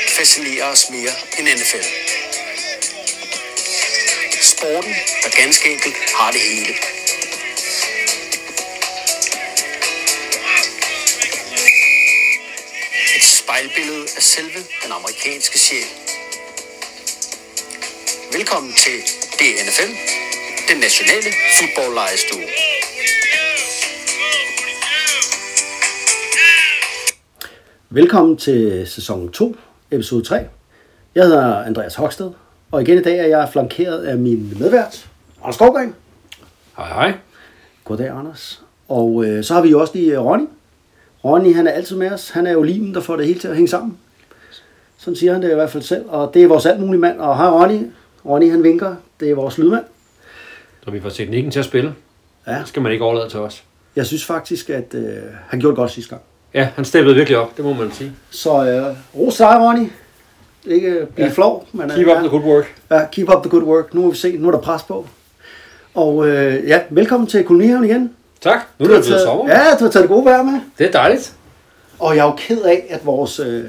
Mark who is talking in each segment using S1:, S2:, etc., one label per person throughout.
S1: interesserer os mere end NFL. Sporten, der ganske enkelt har det hele. Et spejlbillede af selve den amerikanske sjæl. Velkommen til DNFL, den nationale fodboldlejestue.
S2: Velkommen til sæson 2, episode 3. Jeg hedder Andreas Hoksted, og igen i dag er jeg flankeret af min medvært, Anders Skovgren.
S3: Hej hej.
S2: Goddag, Anders. Og øh, så har vi jo også lige øh, Ronny. Ronny, han er altid med os. Han er jo limen, der får det hele til at hænge sammen. Sådan siger han det i hvert fald selv, og det er vores alt mulige mand. Og hej Ronny. Ronny, han vinker. Det er vores lydmand.
S3: Så vi får teknikken til at spille.
S2: Ja.
S3: Det skal man ikke overlade til os.
S2: Jeg synes faktisk, at øh, han gjorde det godt sidste gang.
S3: Ja, han steppede virkelig op, det må man sige.
S2: Så øh, ros til dig, Ronny. Ikke øh, blive ja.
S3: Ja.
S2: flov. Men, øh,
S3: Keep up the good work.
S2: Ja, keep up the good work. Nu må vi se, nu er der pres på. Og øh, ja, velkommen til Kolonihaven igen.
S3: Tak. Nu er det
S2: Du har
S3: blevet
S2: taget-
S3: sommer.
S2: Ja, du har taget det gode vejr med.
S3: Det er dejligt.
S2: Og jeg er jo ked af, at vores øh,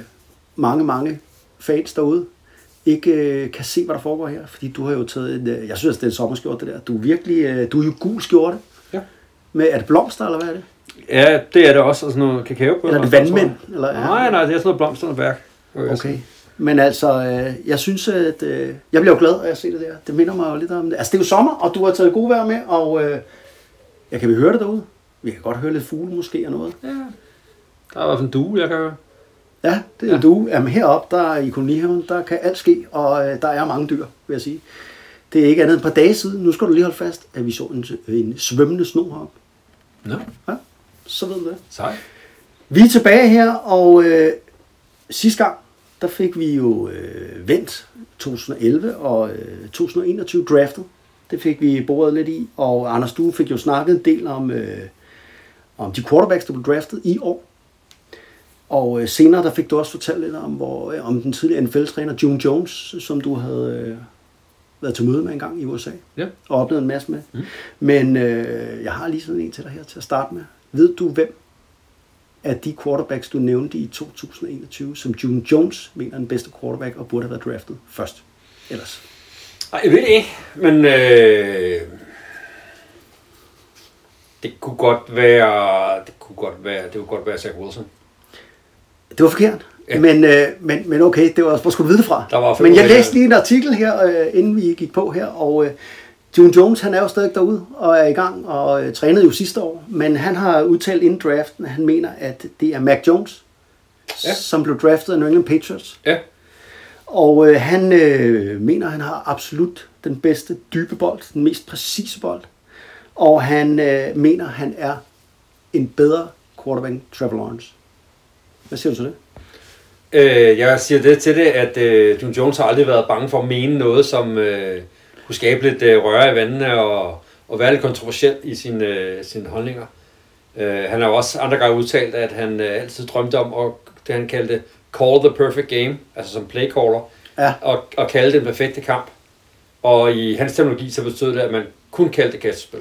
S2: mange, mange fans derude ikke øh, kan se, hvad der foregår her. Fordi du har jo taget en, øh, jeg synes, det er en sommerskjorte, det der. Du er virkelig, øh, du er jo gul skjorte.
S3: Ja.
S2: Med, er det blomster, eller hvad er det?
S3: Ja, det er det også. Og sådan noget kakao på.
S2: Eller er det vandmænd? Eller,
S3: Nej, nej, det er sådan noget blomsterværk.
S2: Okay. Men altså, øh, jeg synes, at øh, jeg bliver jo glad, af at se det der. Det minder mig jo lidt om det. Altså, det er jo sommer, og du har taget god vejr med, og øh, jeg kan vi høre det derude. Vi kan godt høre lidt fugle måske og noget.
S3: Ja. Der er i hvert fald en due, jeg kan høre.
S2: Ja, det er ja. du. Jamen heroppe, der i kolonihaven, der kan alt ske, og øh, der er mange dyr, vil jeg sige. Det er ikke andet end et par dage siden, nu skal du lige holde fast, at vi så en, en svømmende sno heroppe.
S3: Nå,
S2: Ja, så ved du det.
S3: sej.
S2: Vi er tilbage her, og øh, sidste gang, der fik vi jo øh, vendt 2011 og øh, 2021 draftet. Det fik vi boret lidt i, og Anders, du fik jo snakket en del om, øh, om de quarterbacks, der blev draftet i år. Og øh, senere, der fik du også fortalt lidt om, hvor, øh, om den tidligere NFL-træner June Jones, som du havde øh, været til møde med en gang i USA
S3: Ja.
S2: og oplevet en masse med. Mm. Men øh, jeg har lige sådan en til dig her til at starte med. Ved du, hvem af de quarterbacks, du nævnte i 2021, som June Jones mener er den bedste quarterback og burde have været draftet først? Ellers.
S3: Nej, jeg ved det ikke, men øh, det kunne godt være, det kunne godt være, det kunne godt være Zach Wilson.
S2: Det var forkert. Ja.
S3: Ja.
S2: Men, øh, men, men okay, det var, hvor skulle du vide det fra?
S3: Der var for-
S2: men jeg læste lige en artikel her, øh, inden vi gik på her, og øh, June Jones, han er jo stadig derude og er i gang og øh, trænede jo sidste år, men han har udtalt inden draften, at han mener, at det er Mac Jones, ja.
S3: Ja.
S2: som blev draftet af New England Patriots.
S3: Ja,
S2: Og øh, han øh, mener, han har absolut den bedste dybe bold, den mest præcise bold. Og han øh, mener, han er en bedre quarterback end Trevor Lawrence. Hvad siger du til det?
S3: Øh, jeg siger det til det, at øh, June Jones har aldrig været bange for at mene noget, som øh, kunne skabe lidt øh, røre i vandene og, og være lidt kontroversiel i sine, øh, sine holdninger. Øh, han har jo også andre gange udtalt, at han øh, altid drømte om at, det, han kaldte call the perfect game, altså som playcaller,
S2: Ja.
S3: og, og kalde den perfekte kamp. Og i hans teknologi så betød det, at man kun kaldte det kastespil.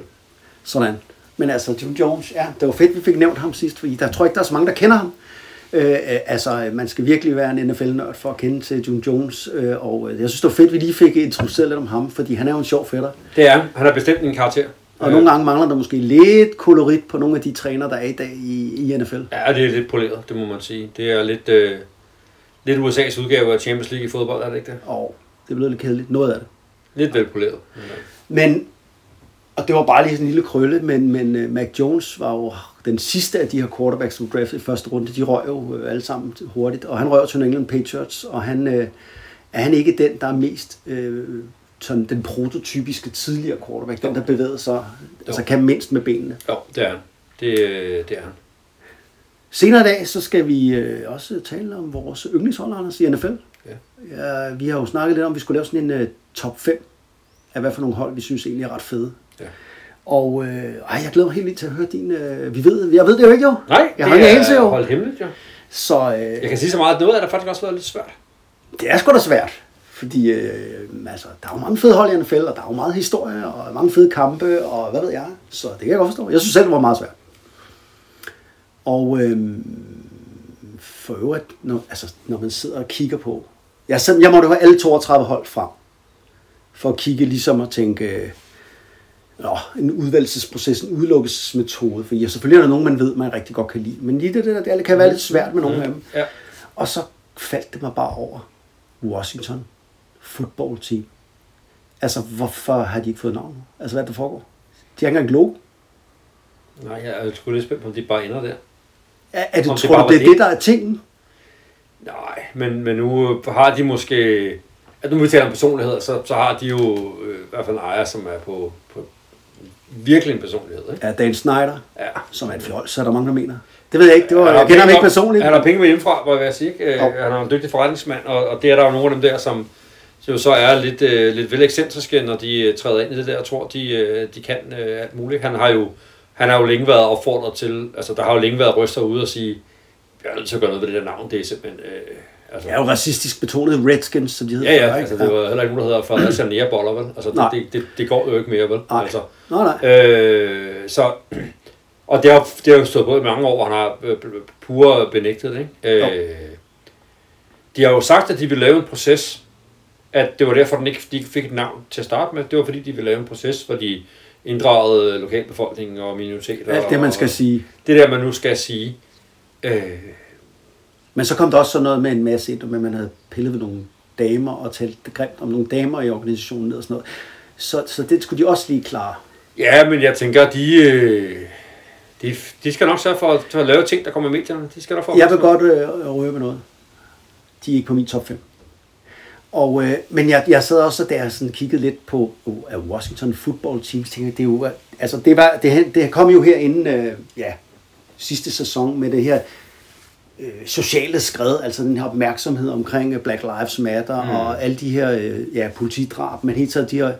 S2: Sådan. Men altså, Jim Jones, ja, det var fedt, vi fik nævnt ham sidst, fordi der tror jeg ikke, der er så mange, der kender ham. Øh, øh, altså, øh, man skal virkelig være en NFL-nørd for at kende til Jim Jones, øh, og øh, jeg synes, det var fedt, vi lige fik introduceret lidt om ham, fordi han er jo en sjov fætter.
S3: Det er han. Han har bestemt en karakter.
S2: Og øh. nogle gange mangler der måske lidt kolorit på nogle af de træner, der er i dag i, i NFL.
S3: Ja, det er lidt poleret, det må man sige. Det er lidt, øh, lidt USA's udgave af Champions League i fodbold, er det ikke det?
S2: Og det blev lidt kedeligt, noget af det.
S3: Lidt velpoleret.
S2: Men, og det var bare lige sådan en lille krølle, men, men øh, Mac Jones var jo den sidste af de her quarterbacks, som draftede i første runde. De røg jo øh, alle sammen hurtigt, og han røg til New England Patriots, og han, øh, er han ikke den, der er mest øh, sådan den prototypiske tidligere quarterback, den der bevæger sig, altså kan mindst med benene.
S3: Jo, det er han. Det, øh, det er han.
S2: Senere i dag, så skal vi øh, også tale om vores yndlingshold, Anders, i NFL.
S3: Ja.
S2: Ja, vi har jo snakket lidt om, at vi skulle lave sådan en øh, top 5 af hvad for nogle hold, vi synes egentlig er ret fede.
S3: Ja.
S2: Og øh, ej, jeg glæder mig helt vildt til at høre din... Øh, vi ved, jeg ved det jo ikke, jo.
S3: Nej,
S2: jeg har ingen anelse, jo.
S3: holdt hemmeligt, jo.
S2: Så
S3: Jeg
S2: øh,
S3: kan sige så meget, at noget af det har faktisk også været lidt svært.
S2: det er sgu da svært. Fordi øh, altså, der er jo mange fede hold i NFL, og der er jo meget historie, og mange fede kampe, og hvad ved jeg. Så det kan jeg godt forstå. Jeg synes selv, det var meget svært. øhm, Og øh, for øvrigt, når, altså, når man sidder og kigger på, Jeg, sådan, jeg måtte have alle 32 hold frem, for at kigge ligesom og tænke, øh, nå, en udvalgelsesproces, en udelukkelsesmetode, for ja, selvfølgelig er der nogen, man ved, man rigtig godt kan lide, men lige det, det, der, det kan være lidt svært med nogle af dem.
S3: Ja.
S2: Og så faldt det mig bare over Washington Football Team. Altså, hvorfor har de ikke fået navn? Altså, hvad er det, der foregår? De har ikke engang logo.
S3: Nej, jeg er sgu lidt spændt på, om de bare ender der.
S2: Er, er det,
S3: Om det
S2: tror
S3: bare
S2: du, det
S3: var
S2: er det, der
S3: det?
S2: er tingen?
S3: Nej, men, men nu øh, har de måske... At nu vi taler om personlighed, så, så har de jo øh, i hvert fald en ejer, som er på, på virkelig en personlighed. Ikke?
S2: Er Dan Snyder,
S3: Ja.
S2: som er en fjol, så er der mange, der mener. Det ved jeg ikke. Det var, jeg kender ham
S3: penge
S2: ikke
S3: nok-
S2: personligt.
S3: Han har penge med hjemmefra, hvor jeg vil sige. Ikke? Øh,
S2: Jo.
S3: Han er en dygtig forretningsmand, og, og det er der jo nogle af dem der, som jo så er lidt, øh, lidt vel ekscentriske, når de øh, træder ind i det der og tror, de, øh, de kan øh, alt muligt. Han har, jo, han har jo længe været opfordret til, altså der har jo længe været ryster ude og sige, jeg er nødt til at gøre noget ved det der navn, det er simpelthen... Øh, altså,
S2: Det er jo racistisk betonet Redskins, som de hedder.
S3: Ja, ja, altså, det var heller ikke nogen, der hedder Fredericia Nærboller, vel? Altså, det,
S2: Nej.
S3: det, det, det, går jo ikke mere, vel?
S2: Nej.
S3: Altså,
S2: Nå, nej.
S3: øh, så, og det har, det har jo stået på i mange år, og han har øh, øh, pure benægtet det, ikke? Øh, de har jo sagt, at de ville lave en proces, at det var derfor, den ikke, de ikke fik et navn til at starte med. Det var fordi, de ville lave en proces, hvor de inddragede øh, lokalbefolkningen og minoriteter.
S2: Alt det, man skal
S3: og,
S2: sige.
S3: Det der, man nu skal sige. Øh,
S2: Men så kom der også sådan noget med en masse ind, med at man havde pillet ved nogle damer og talt grimt om nogle damer i organisationen og sådan noget. Så, så det skulle de også lige klare.
S3: Ja, men jeg tænker, de, øh, de, de skal nok sørge for at, for at lave ting, der kommer i medierne. De skal nok få
S2: Jeg vil godt øh, røre med noget. De er ikke på min top 5. Og, øh, men jeg, jeg sad også, da jeg sådan kiggede lidt på uh, af Washington Football Team, så tænkte jeg, det, er jo, øh, altså, det, var, det, det kom jo her inden øh, ja, sidste sæson med det her øh, sociale skred, altså den her opmærksomhed omkring øh, Black Lives Matter mm. og alle de her øh, ja, politidrab, men helt taget de her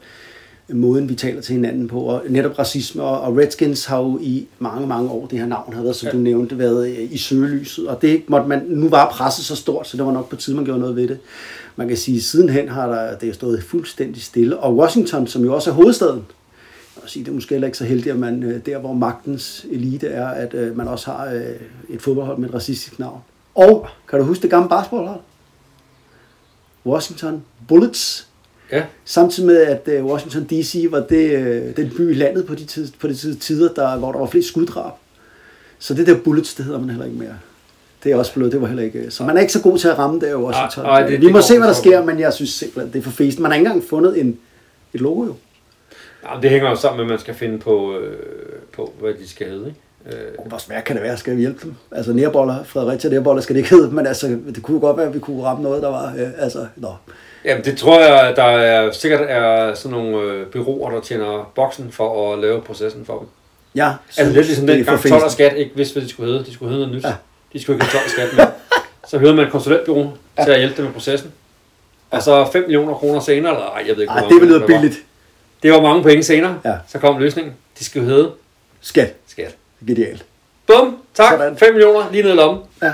S2: øh, måden, vi taler til hinanden på, og netop racisme, og, og Redskins har jo i mange, mange år, det her navn har været, som ja. du nævnte, været øh, i søgelyset, og det måtte man, nu var presset så stort, så det var nok på tide, man gjorde noget ved det. Man kan sige, at sidenhen har der, det er stået fuldstændig stille, og Washington, som jo også er hovedstaden, og sige, det er måske heller ikke så heldigt, at man øh, der, hvor magtens elite er, at øh, man også har øh, et fodboldhold med et racistisk navn. Og, kan du huske det gamle basketballhold? Washington Bullets.
S3: Ja,
S2: Samtidig med, at øh, Washington D.C. var det, øh, den by i landet på de, tids, på de tids- tider, der, hvor der var flest skuddrab. Så det der bullets, det hedder man heller ikke mere. Det er også blevet, det var heller ikke... øh, Så man er ikke så god til at ramme der i Washington.
S3: Nej, nej, det-
S2: Vi
S3: det
S2: må
S3: går
S2: se, hvad der
S3: for sig.
S2: sker, men jeg synes simpelthen, det er for fesen. Man har ikke engang fundet en, et logo, jo.
S3: Jamen, det hænger jo sammen med, at man skal finde på, øh, på hvad de skal hedde. Ikke? Øh,
S2: Hvor svært kan det være, skal vi hjælpe dem? Altså nærboller, Fredericia nærboller skal det ikke hedde, men altså, det kunne jo godt være, at vi kunne ramme noget, der var, øh, altså, nå.
S3: jamen, det tror jeg, der er, sikkert er sådan nogle øh, byråer, der tjener boksen for at lave processen for dem.
S2: Ja,
S3: Altså lidt ligesom
S2: det er
S3: den
S2: for
S3: gang
S2: fesen.
S3: 12 skat ikke vidste, hvad de skulle hedde. De skulle hedde noget nyt.
S2: Ja.
S3: Ja. De skulle ikke have 12 skat med. Så hørte man et konsulentbyrå ja. til at hjælpe dem med processen. Og så 5 millioner kroner senere, eller ej, jeg ved ikke,
S2: Ej,
S3: hvor mange
S2: det vil
S3: millioner
S2: lyde
S3: var.
S2: billigt.
S3: Det var mange penge senere.
S2: Ja.
S3: Ja. Så kom løsningen. De skulle hedde
S2: Skat.
S3: skat.
S2: Genialt.
S3: Bum! Tak!
S2: Sådan.
S3: Sådan. 5 millioner lige ned i lommen.
S2: Ja.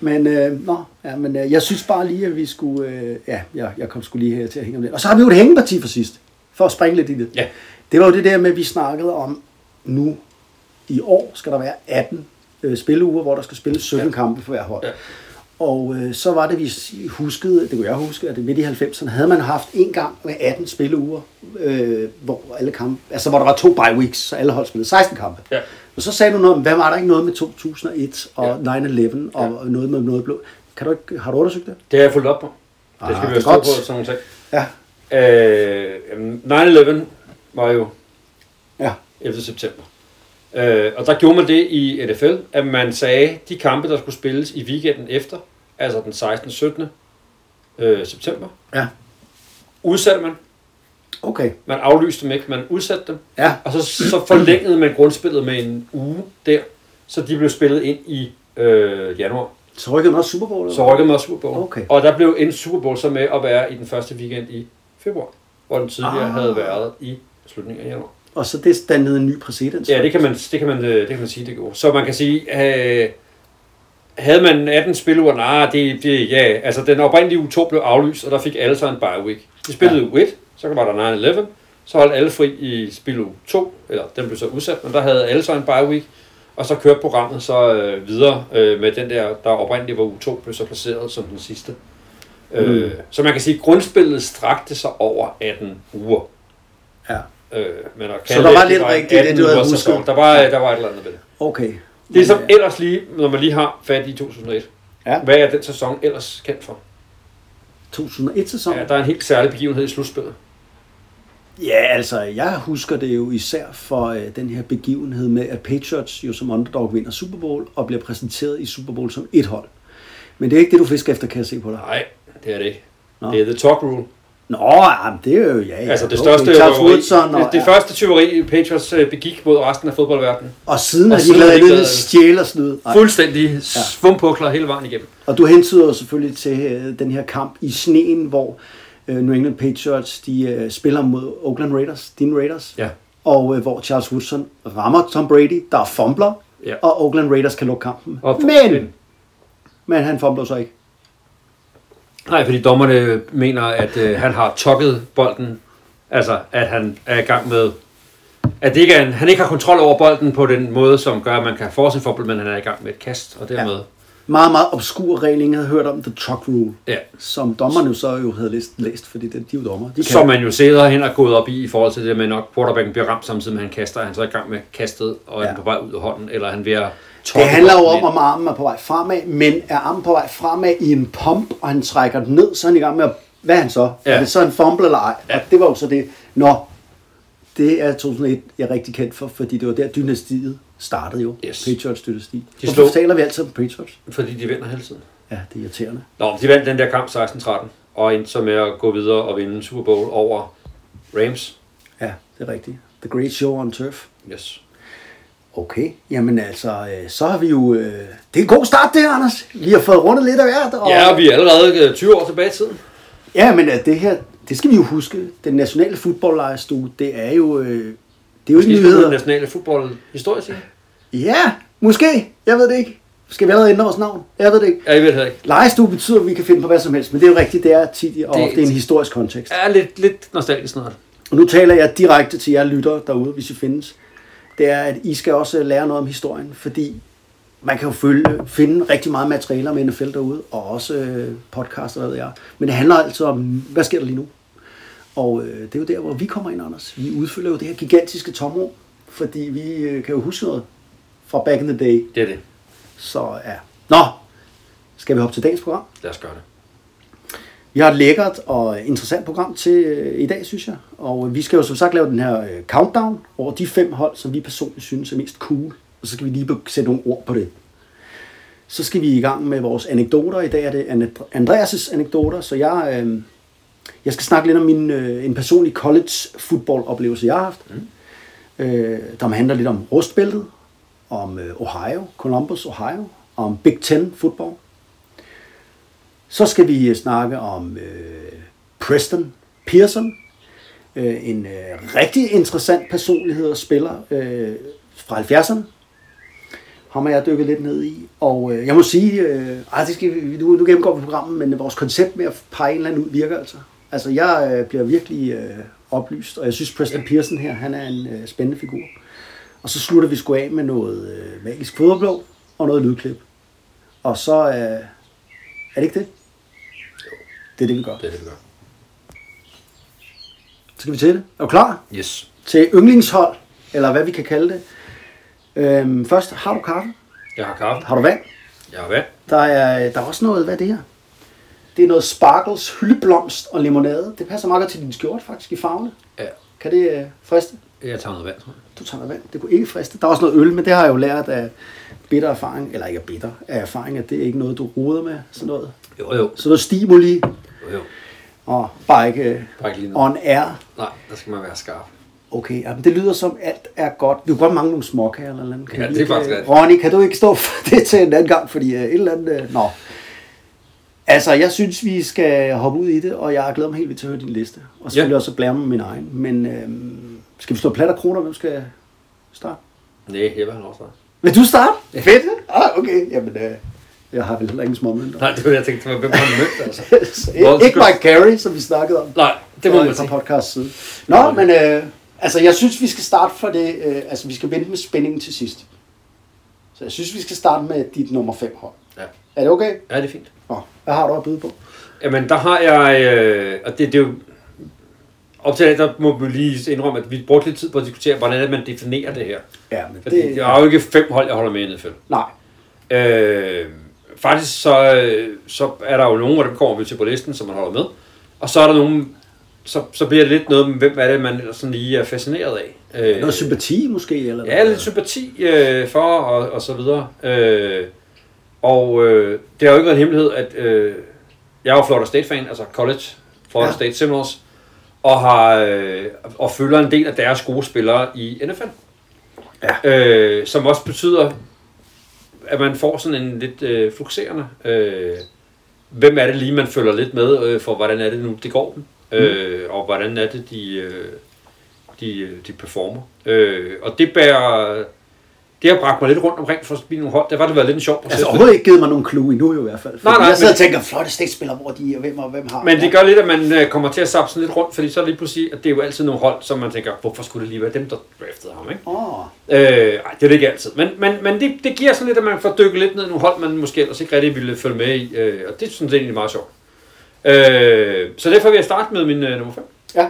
S2: Men, øh, nå, ja, men øh, jeg synes bare lige, at vi skulle... Øh, ja, jeg, jeg kom sgu lige her til at hænge om lidt. Og så har vi jo et hængeparti for sidst, for at springe lidt i det.
S3: Ja.
S2: Det var jo det der med, at vi snakkede om, nu i år skal der være 18 øh, spilleuger, hvor der skal spilles 17 ja. kampe for hver hold. Ja.
S3: Ja.
S2: Og øh, så var det, vi s- huskede, det kunne jeg huske, at det midt i 90'erne havde man haft en gang med 18 spilleuger, øh, hvor alle kampe, altså hvor der var to bye weeks, så alle hold spillede 16 kampe.
S3: Ja.
S2: Og så sagde du noget om, hvad var der ikke noget med 2001 og 9-11 og noget med noget blå. Kan du ikke, har du undersøgt det?
S3: Det har jeg fulgt op på. Det
S2: Ah,
S3: skal vi
S2: det er
S3: jo stå
S2: godt.
S3: på, sådan nogle ting.
S2: Ja.
S3: Øh, jamen, 9-11 var jo
S2: Ja.
S3: 11. september. Øh, og der gjorde man det i NFL, at man sagde, de kampe, der skulle spilles i weekenden efter, altså den 16. 17. Øh, september,
S2: Ja.
S3: udsatte man.
S2: Okay.
S3: Man aflyste dem ikke, man udsatte dem.
S2: Ja.
S3: Og så, så forlængede man grundspillet med en uge der, så de blev spillet ind i øh, januar.
S2: Så rykkede man også Super Bowl? eller?
S3: Så rykkede man også Super Bowl.
S2: Okay.
S3: Og der blev en Super Bowl så med at være i den første weekend i februar, hvor den tidligere ah. havde været i slutningen af januar.
S2: Og så det standede en ny præcedens?
S3: Ja, det kan man, det kan man, øh, det kan man sige, det gjorde. Så man kan sige, øh, havde man 18 spiluger, nej, ah, det, det, ja, altså den oprindelige uge 2 blev aflyst, og der fik alle så en bye week. De spillede ja. WIT, så var der 9-11, så holdt alle fri i spiluge 2, eller den blev så udsat, men der havde alle så en bye week, og så kørte programmet så øh, videre øh, med den der, der oprindeligt var uge 2, blev så placeret som den sidste. Mm. Øh, så man kan sige, at grundspillet strakte sig over 18 uger.
S2: Ja.
S3: Øh, men at
S2: Så
S3: kalde
S2: der var
S3: det,
S2: lidt
S3: en
S2: rigtigt i det, du
S3: 18
S2: havde
S3: ugers
S2: husket.
S3: sæson, Der var, øh, der var et eller andet ved det.
S2: Okay. øh,
S3: Det er som ellers lige, når man lige har fat i 2001.
S2: Ja.
S3: Hvad er den sæson ellers kendt for?
S2: 2001-sæsonen?
S3: Ja, der er en helt særlig begivenhed i slutspillet.
S2: Ja, altså, jeg husker det jo især for øh, den her begivenhed med, at Patriots jo som underdog vinder Super Bowl og bliver præsenteret i Super Bowl som et hold. Men det er ikke det, du fisker efter, kan jeg se på dig.
S3: Nej, det er det ikke.
S2: Nå.
S3: Det er The Talk Rule.
S2: Nå, jamen, det er jo, ja, ja.
S3: Altså det
S2: okay.
S3: største
S2: Charles
S3: røveri.
S2: Woodson, og,
S3: det, det første tyveri, Patriots øh, begik mod resten af fodboldverdenen.
S2: og siden
S3: og
S2: har de
S3: siden har de
S2: lavet
S3: ikke
S2: lidt
S3: lavet-
S2: stjæl og snyd. Ej.
S3: Fuldstændig svumpukler hele vejen igennem.
S2: Og du hentyder jo selvfølgelig til øh, den her kamp i sneen, hvor øh, New England Patriots de øh, spiller mod Oakland Raiders, din Raiders.
S3: Ja.
S2: Og øh, hvor Charles Woodson rammer Tom Brady, der fumbler,
S3: Ja.
S2: og Oakland Raiders kan lukke kampen.
S3: Og-
S2: men, men han fumbler så ikke.
S3: Nej, fordi dommerne mener, at øh, han har tokket bolden. Altså, at han er i gang med... At det ikke er en, han ikke har kontrol over bolden på den måde, som gør, at man kan force en fumble, men han er i gang med et kast, og dermed...
S2: Meget, meget obskur regel, ingen havde hørt om The Truck Rule,
S3: Ja.
S2: som dommerne jo så jo havde læst, læst fordi det, de er jo dommer. De kan.
S3: Som man jo sidder hen og gået op i, i forhold til det med, når quarterbacken bliver ramt samtidig med, at han kaster, er han så i gang med kastet, og er
S2: Ja.
S3: han på vej ud af hånden, eller er han ved at
S2: Det
S3: toppe
S2: handler jo
S3: bolden
S2: om, om armen er på vej fremad, men er armen på vej fremad i en pump, og han trækker den ned, så er han i gang med at... Hvad er han så? Ja.
S3: Ja.
S2: Er det så en fumble eller ej?
S3: Ja.
S2: Og det var jo så det. Nå, det er 2001, jeg er rigtig kendt for, fordi det var der dynastiet startede jo.
S3: Yes.
S2: Patriots dynasti.
S3: De
S2: Hvorfor
S3: slog-
S2: taler vi altid om Patriots?
S3: ind, Fordi de vinder hele tiden.
S2: Ja, det er irriterende.
S3: Nå, men de vandt den der kamp 16-13, og endte så med at gå videre og vinde Super Bowl over Rams.
S2: Ja, det er rigtigt. The Great Show on Turf.
S3: Yes.
S2: Okay, jamen altså, øh, så har vi jo... øh, Det er en god start det, her, Anders. Vi har fået rundet lidt af hvert. Og...
S3: Ja, og vi er allerede øh, 20 år tilbage i tiden.
S2: Ja, men at det her, det skal vi jo huske. Den nationale fodboldlejestue, det er jo... Øh, det er jo
S3: Vi
S2: ikke
S3: skal spille den
S2: nyheder.
S3: nationale fodbold historie til.
S2: Ja, måske. Jeg ved det ikke. Skal vi allerede ændre vores navn? Jeg ved det ikke.
S3: Ja, jeg ved det ikke.
S2: Lejestue betyder, at vi kan finde på hvad som helst, men det er jo rigtigt, det er tit og
S3: Det-
S2: ofte i en historisk kontekst.
S3: Jeg er lidt, lidt nostalgisk snart.
S2: Og nu taler jeg direkte til jer lyttere derude, hvis I findes. Det er, at I skal også lære noget om historien, fordi man kan jo følge, finde rigtig meget materiale om NFL derude, og også øh, podcaster, hvad ved jeg. Men det handler altså om, hvad sker der lige nu? Og øh, det er jo der, hvor vi kommer ind, Anders. Vi udfylder jo det her gigantiske tomrum, fordi vi øh, kan jo huske noget fra back in the day.
S3: Det er det.
S2: Så ja. Nå, skal vi hoppe til dagens program?
S3: Lad os gøre det.
S2: Vi har et lækkert og interessant program til øh, i dag, synes jeg. Og øh, vi skal jo som sagt lave den her øh, countdown over de fem hold, som vi personligt synes er mest cool. Og så skal vi lige be- sætte nogle ord på det. Så skal vi i gang med vores anekdoter. I dag er det Anne- Andreas' anekdoter, så jeg, øh, jeg skal snakke lidt om min, øh, en personlig college football oplevelse, jeg har haft. Mm. Øh, der handler lidt om rustbæltet, om øh, Ohio, Columbus, Ohio, om Big Ten football. Så skal vi øh, snakke om øh, Preston Pearson, øh, en øh, rigtig interessant personlighed og spiller øh, fra 70'erne. Ham har jeg dykket lidt ned i, og øh, jeg må sige, øh, ej, det skal vi, nu, nu gennemgår vi programmet, men vores koncept med at pege en eller anden ud virker altså. Altså, jeg øh, bliver virkelig øh, oplyst, og jeg synes, Preston Pearson her, han er en øh, spændende figur. Og så slutter vi sgu af med noget øh, magisk foderblå og noget lydklip. Og så øh, er det ikke det? Det er det, vi gør.
S3: Det er det, vi gør.
S2: Så skal vi til det. Er du klar?
S3: Yes.
S2: Til yndlingshold, eller hvad vi kan kalde det. Øhm, først, har du kaffe?
S3: Jeg har kaffe.
S2: Har du vand?
S3: Jeg har vand.
S2: Der er, der er også noget, hvad er det her? Det er noget sparkles, hyldeblomst og limonade. Det passer meget godt til din skjorte faktisk i farvene.
S3: Ja.
S2: Kan det øh, friste?
S3: Jeg tager noget vand, tror jeg.
S2: Du tager noget vand. Det kunne ikke friste. Der er også noget øl, men det har jeg jo lært af bitter erfaring, eller ikke af bitter, af erfaring, at det er ikke noget, du roder med. Sådan noget,
S3: Jo, jo.
S2: sådan noget stimuli,
S3: jo, jo.
S2: og bare ikke øh,
S3: Bare ikke lige noget.
S2: on air.
S3: Nej, der skal man være skarp.
S2: Okay, jamen det lyder som alt er godt. Du kan godt mangle nogle småkager eller andet. Kan
S3: Ja,
S2: vi
S3: det er
S2: ikke,
S3: faktisk
S2: øh,
S3: rigtigt.
S2: Ronny, kan du ikke stå for det til en anden gang, fordi øh, et eller andet... Øh, nå. Altså, jeg synes, vi skal hoppe ud i det, og jeg glæder mig helt vildt til at høre din liste. Og selvfølgelig
S3: Ja.
S2: også at blære mig min egen. Men øh, skal vi slå plat og kroner? Hvem skal starte?
S3: Nej, jeg vil have lov til det.
S2: Vil du starte? Ja. Fedt. Ah, okay. Jamen, øh, jeg har vel heller ingen småmønter.
S3: Nej, det var det, jeg tænkte. Hvem har han mødt, altså?
S2: Ik- ikke Mike Carey, som vi snakkede om.
S3: Nej, det må man sige.
S2: fra podcast side. Nå, men øh, altså, jeg synes, vi skal starte for det. Øh, altså, vi skal vente med spændingen til sidst. Så jeg synes, vi skal starte med dit nummer 5 hold.
S3: Ja.
S2: Er det okay?
S3: ja, det er fint.
S2: Nå, hvad har du at byde på?
S3: Jamen, der har jeg... Øh, og det, det er jo... Op til det, der må vi lige indrømme, at vi brugte lidt tid på at diskutere, hvordan er det, man definerer det her.
S2: Ja, men
S3: Fordi det...
S2: det...
S3: der er jo ikke fem hold, jeg holder med i NFL.
S2: Nej,
S3: Øh, faktisk så, øh, så er der jo nogen, og dem kommer vi til på listen, som man holder med. Og så er der nogen, så, så bliver det lidt noget med, hvem er det, man ellers sådan lige er fascineret af. Øh,
S2: noget sympati måske? Eller
S3: Ja, lidt sympati øh, for og, og så videre. Øh, og øh, det har jo ikke været en hemmelighed, at øh, jeg er jo Florida State-fan, altså college, Florida
S2: Ja.
S3: ja. State Seminoles, og, har, øh, og følger en del af deres gode spillere i NFL. Ja. Øh, som også betyder, at man får sådan en lidt øh, fluxerende, øh, hvem er det lige, man følger lidt med, øh, for hvordan er det nu, det går dem,
S2: Mm.
S3: øh, og hvordan er det, de... Øh, de, øh, de performer. Øh, og det bærer, det har bragt mig lidt rundt omkring for at spille nogle hold. Der var det været lidt en sjov proces.
S2: Altså overhovedet ikke givet mig nogen clue endnu i hvert fald. Fordi
S3: nej,
S2: jeg sidder
S3: men-
S2: og tænker, flotte stikspiller, hvor de er, og hvem og hvem har.
S3: men det gør lidt, at man øh, kommer til at sappe sådan lidt rundt, fordi så lige pludselig, at det er jo altid nogle hold, som man tænker, hvorfor skulle det lige være dem, der draftede ham, ikke?
S2: Åh,
S3: Øh, ej, det er det ikke altid. Men, men, men det, det giver sådan lidt, at man får dykket lidt ned i nogle hold, man måske ellers ikke rigtig ville følge med i, øh, og det synes jeg egentlig er meget sjovt. Øh, så derfor vil jeg starte med min øh, nummer 5,
S2: ja.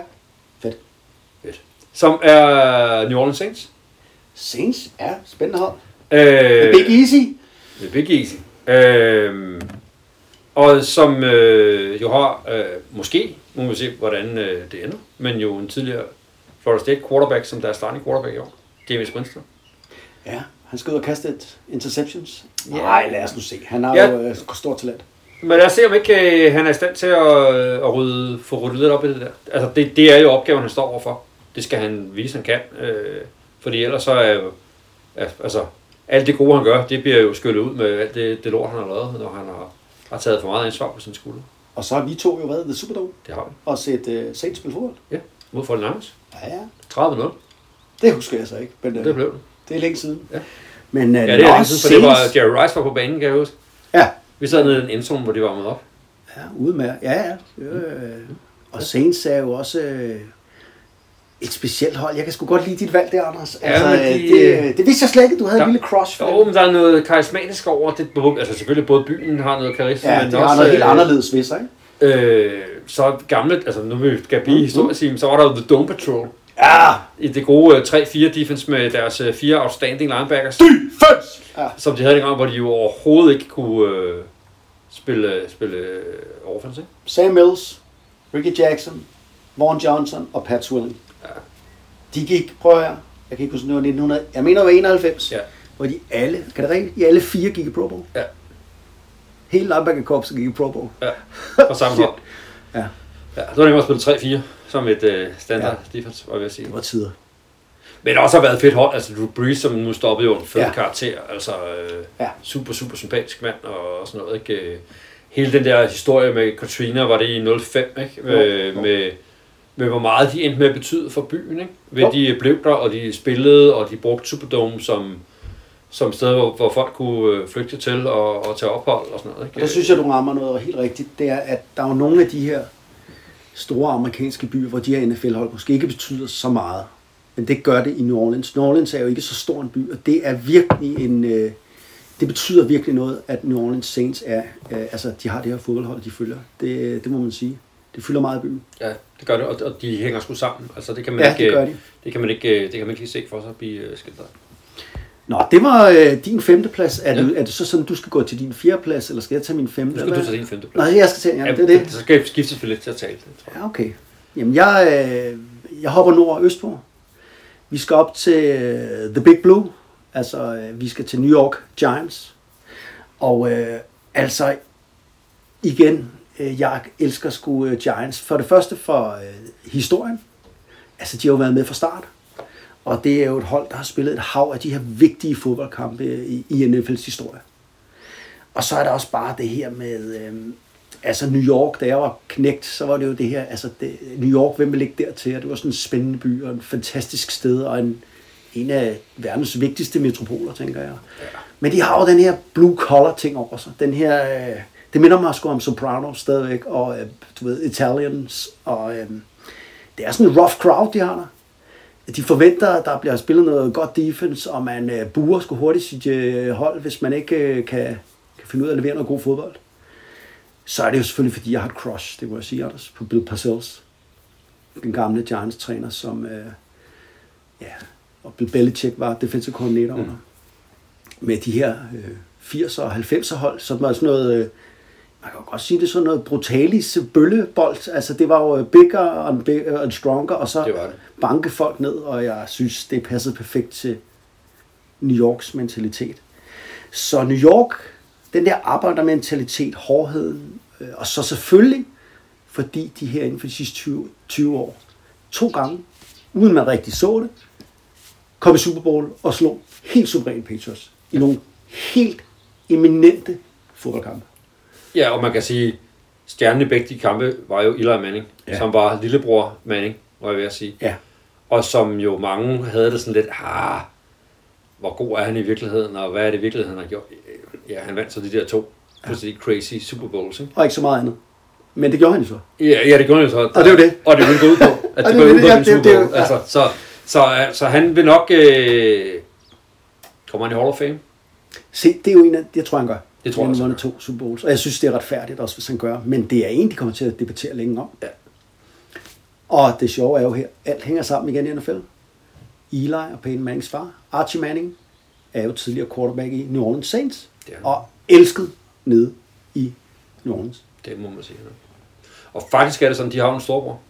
S2: Fedt.
S3: som er New Orleans Saints.
S2: Saints, ja, spændende hold.
S3: Øh,
S2: Big Easy.
S3: The Big Easy. Øhm, og som øh, jo har, øh, måske, nu må vi se, hvordan øh, det ender, men jo en tidligere Florida State quarterback, som der er starting quarterback i år, James Winston.
S2: Ja, han skal ud og kaste et interceptions.
S3: Ja.
S2: Nej, lad os nu se. Han har
S3: Ja.
S2: jo øh, stort talent.
S3: Men lad os se, om ikke øh, han er i stand til at, øh, at rydde, få ryddet lidt op i det der. Altså, det, det er jo opgaven, han står overfor. Det skal han vise, han kan. Øh, fordi ellers så er jo- ja, altså, alt det gode, han gør, det bliver jo skyllet ud med alt det, det lort, han har lavet, når han har, har taget for meget ansvar på sine skuldre.
S2: Og så har vi to jo været ved Super Bowl
S3: Det har vi.
S2: og set uh, Saints spille fodbold.
S3: Ja, mod Fort Niners.
S2: Ja, ja.
S3: 30-0,
S2: Det husker jeg så ikke. Men, øh,
S3: det blev det.
S2: det er længe siden.
S3: Ja.
S2: Men uh,
S3: Ja, det er længe siden, for det var Jerry Rice var på banen, kan jeg huske.
S2: Ja,
S3: Vi sad nede i en endzone, hvor de var med op.
S2: Ja, udmærket. Ja, ja. Øh,
S3: Mm.
S2: og Saints er jo også øh, et specielt hold. Jeg kan sgu godt lide dit valg der, Anders.
S3: Ja,
S2: altså,
S3: men
S2: øh,
S3: de-
S2: det, det vidste jeg slet ikke, du havde
S3: Der-
S2: en lille crush for.
S3: Jo, men der er noget karismatisk over det. Både, altså selvfølgelig både byen har noget karisma,
S2: ja,
S3: men
S2: det var
S3: også...
S2: noget helt
S3: øh,
S2: anderledes ved sig, ikke?
S3: Øh, så gamle, altså nu vil vi skal blive historiesimen, så var der jo The Dome Patrol.
S2: Ja,
S3: I det gode øh, 3-4 defense med deres øh, fire outstanding linebackers. Defense!
S2: Ja.
S3: Ja. Som de havde dengang, hvor de jo overhovedet ikke kunne øh, spille, spille øh, offense. ikke?
S2: Sam Mills, Ricky Jackson, Vaughn Johnson og Pat Swilling.
S3: Ja.
S2: De gik, prøv her, jeg kan ikke huske, det var 1900, jeg mener det var 91,
S3: Ja.
S2: hvor de alle, kan det rigtigt, de alle fire gik i Pro Bowl.
S3: Ja.
S2: Hele linebacker-korpset gik i Pro Bowl.
S3: Ja, på samme hold.
S2: Ja.
S3: Ja, så var det nemmere at spille 3-4 som et øh, standard ja. defense, var jeg ved at sige.
S2: Det var tider.
S3: Men det har også været fedt hold. Altså Drew Brees, som nu stoppede jo en fed
S2: Ja.
S3: ja. karakter. Altså øh,
S2: Ja.
S3: ja. super, super sympatisk mand og, og sådan noget. Ikke? Øh, Hele den der historie med Katrina, var det i 05, ikke?
S2: Jo,
S3: Øh,
S2: jo.
S3: Med, med hvor meget de endte med at betyde for byen. Ikke? Ved
S2: Jo.
S3: de blev der, og de spillede, og de brugte Superdome som som sted, hvor, hvor folk kunne øh, flygte til og, og tage ophold og sådan noget. Ikke?
S2: Og der synes jeg, du rammer noget helt rigtigt. Det er, at der er jo nogle af de her store amerikanske byer, hvor de her NFL-hold måske ikke betyder så meget. Men det gør det i New Orleans. New Orleans er jo ikke så stor en by, og det er virkelig en... Øh, det betyder virkelig noget, at New Orleans Saints er... Øh, altså, de har det her fodboldhold, de følger. Det, det må man sige. Det fylder meget i byen.
S3: Ja, det gør det, og, og de hænger sgu sammen. Altså, det kan man
S2: Ja,
S3: ikke,
S2: det gør
S3: øh,
S2: de.
S3: Det kan man ikke, øh, det kan man ikke lige se for sig at blive øh, skilt ad.
S2: Nå, det var øh, din femteplads. Er,
S3: Ja.
S2: det, er det så sådan, du skal gå til din fjerdeplads, eller skal jeg tage min femte?
S3: Nu skal du
S2: Hvad?
S3: tage din femteplads.
S2: Nej, jeg skal tage... Ja, det er det.
S3: Så skal jeg skifte selvfølgelig til at tale. Det, tror jeg.
S2: Ja, okay. Jamen, jeg, øh, jeg hopper nord og østpå. Vi skal op til øh, The Big Blue. Altså, øh, vi skal til New York Giants. Og øh, altså, igen, øh, jeg elsker sgu øh, Giants. For det første for øh, historien. Altså, de har jo været med fra start. Og det er jo et hold, der har spillet et hav af de her vigtige fodboldkampe i, i NFL's historie. Og så er der også bare det her med, øh, altså New York, da jeg var knægt, så var det jo det her, altså det, New York, hvem vil ligge dertil? Og det var sådan en spændende by og en fantastisk sted og en, en af verdens vigtigste metropoler, tænker jeg. Men de har jo den her blue collar ting over sig. Den her, øh, det minder mig sgu om Sopranos stadigvæk, og øh, du ved, Italians, og øh, det er sådan en rough crowd, de har der. De forventer, at der bliver spillet noget godt defense, og man øh, buer sgu hurtigt sit øh, hold, hvis man ikke øh, kan, kan finde ud af at levere noget god fodbold. så er det jo selvfølgelig, fordi jeg har et crush, det må jeg sige, Anders, på Bill Parcells. Den gamle Giants-træner, som... Øh, ja, og Bill Belichick var defensive coordinator
S3: Mm.
S2: under. Med de her øh, 80'er og 90'er hold, som var sådan noget... Øh, man kan jo godt sige, det er sådan noget brutalis bøllebold. Altså, det var jo øh, bigger and, bigger and stronger, og så
S3: Det var det.
S2: banke folk ned, og jeg synes, det passede perfekt til New Yorks mentalitet. Så New York, den der arbejdermentalitet, hårdheden, øh, og så selvfølgelig, fordi de her inden for de sidste 20, 20 år, to gange, uden man rigtig så det, kom i Super Bowl og slog helt suverænt Patriots i nogle helt eminente fodboldkampe.
S3: Ja, og man kan sige, stjernen i begge de kampe var jo Eli Manning,
S2: Ja.
S3: ja. som var lillebror Manning, var jeg ved at sige.
S2: Ja,
S3: Og som jo mange havde det sådan lidt, ah, hvor god er han i virkeligheden, og hvad er det i virkeligheden, han har gjort? Ja, han vandt så de der to fuldstændig crazy Super Bowls, ikke?
S2: og ikke så meget andet. Men det gjorde han jo så.
S3: Ja, ja det gjorde han jo så.
S2: Og det er jo det.
S3: Og det er jo gået ud på, at
S2: Og det
S3: det
S2: er
S3: går
S2: jo
S3: ud
S2: det,
S3: på
S2: ja,
S3: den
S2: det er-
S3: Super
S2: det er jo-
S3: Bowl. Altså, så, så, så han vil nok... Øh, kommer han i Hall of Fame?
S2: Se, det er jo en af, jeg tror, han gør.
S3: Det tror jeg
S2: Han
S3: også,
S2: har
S3: han
S2: vundet to Super Bowls. Og jeg synes, det er retfærdigt også, hvis han gør. Men det er en, de kommer til at debattere længe om.
S3: Ja.
S2: Og det sjove er jo her, alt hænger sammen igen i NFL. Eli og Peyton Mannings far, Archie Manning, er jo tidligere quarterback i New Orleans Saints.
S3: Det er han.
S2: Og elsket nede i New Orleans.
S3: Det må man sige. ja. Og faktisk er det sådan, de har jo en storbror.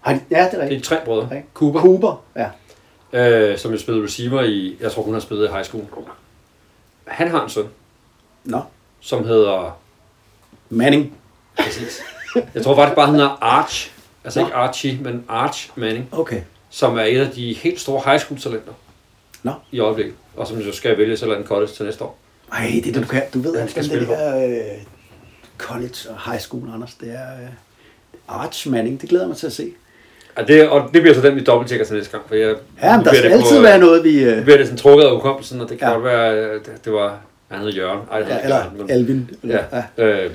S2: Har de- Ja, det er
S3: Det er
S2: rigtigt.
S3: tre brødre.
S2: Rigtigt.
S3: Cooper,
S2: Cooper, ja.
S3: øh, som jo spillede receiver i, jeg tror hun har spillet i high school. Han har en søn,
S2: Nå,
S3: som hedder,
S2: Manning.
S3: præcis, jeg tror faktisk bare, han hedder Arch. Altså ikke Archie, men Arch Manning,
S2: Okay.
S3: som er et af de helt store high school talenter
S2: Nå.
S3: i øjeblikket. Og som jo skal vælge et eller andet college til næste år.
S2: Ej, det er det, du kan. Du ved,
S3: Han
S2: at
S3: skal
S2: den
S3: spille
S2: der øh, college og high school, Anders, det er øh, Arch Manning. Det glæder jeg mig til at se.
S3: Og det, og det bliver så den, vi dobbelttjekker til næste gang. For jeg,
S2: Ja,
S3: nu
S2: men der
S3: bliver
S2: skal
S3: det
S2: altid
S3: på-
S2: være noget, vi...
S3: Nu
S2: Øh,
S3: bliver det sådan trukket af hukommelsen, og det kan
S2: Ja.
S3: ja. godt være, øh, det, det var, han hed Jørgen. Ej, det
S2: ja,
S3: hedder
S2: eller
S3: Jørgen, men-
S2: Alvin. Eller,
S3: Ja. Øhm,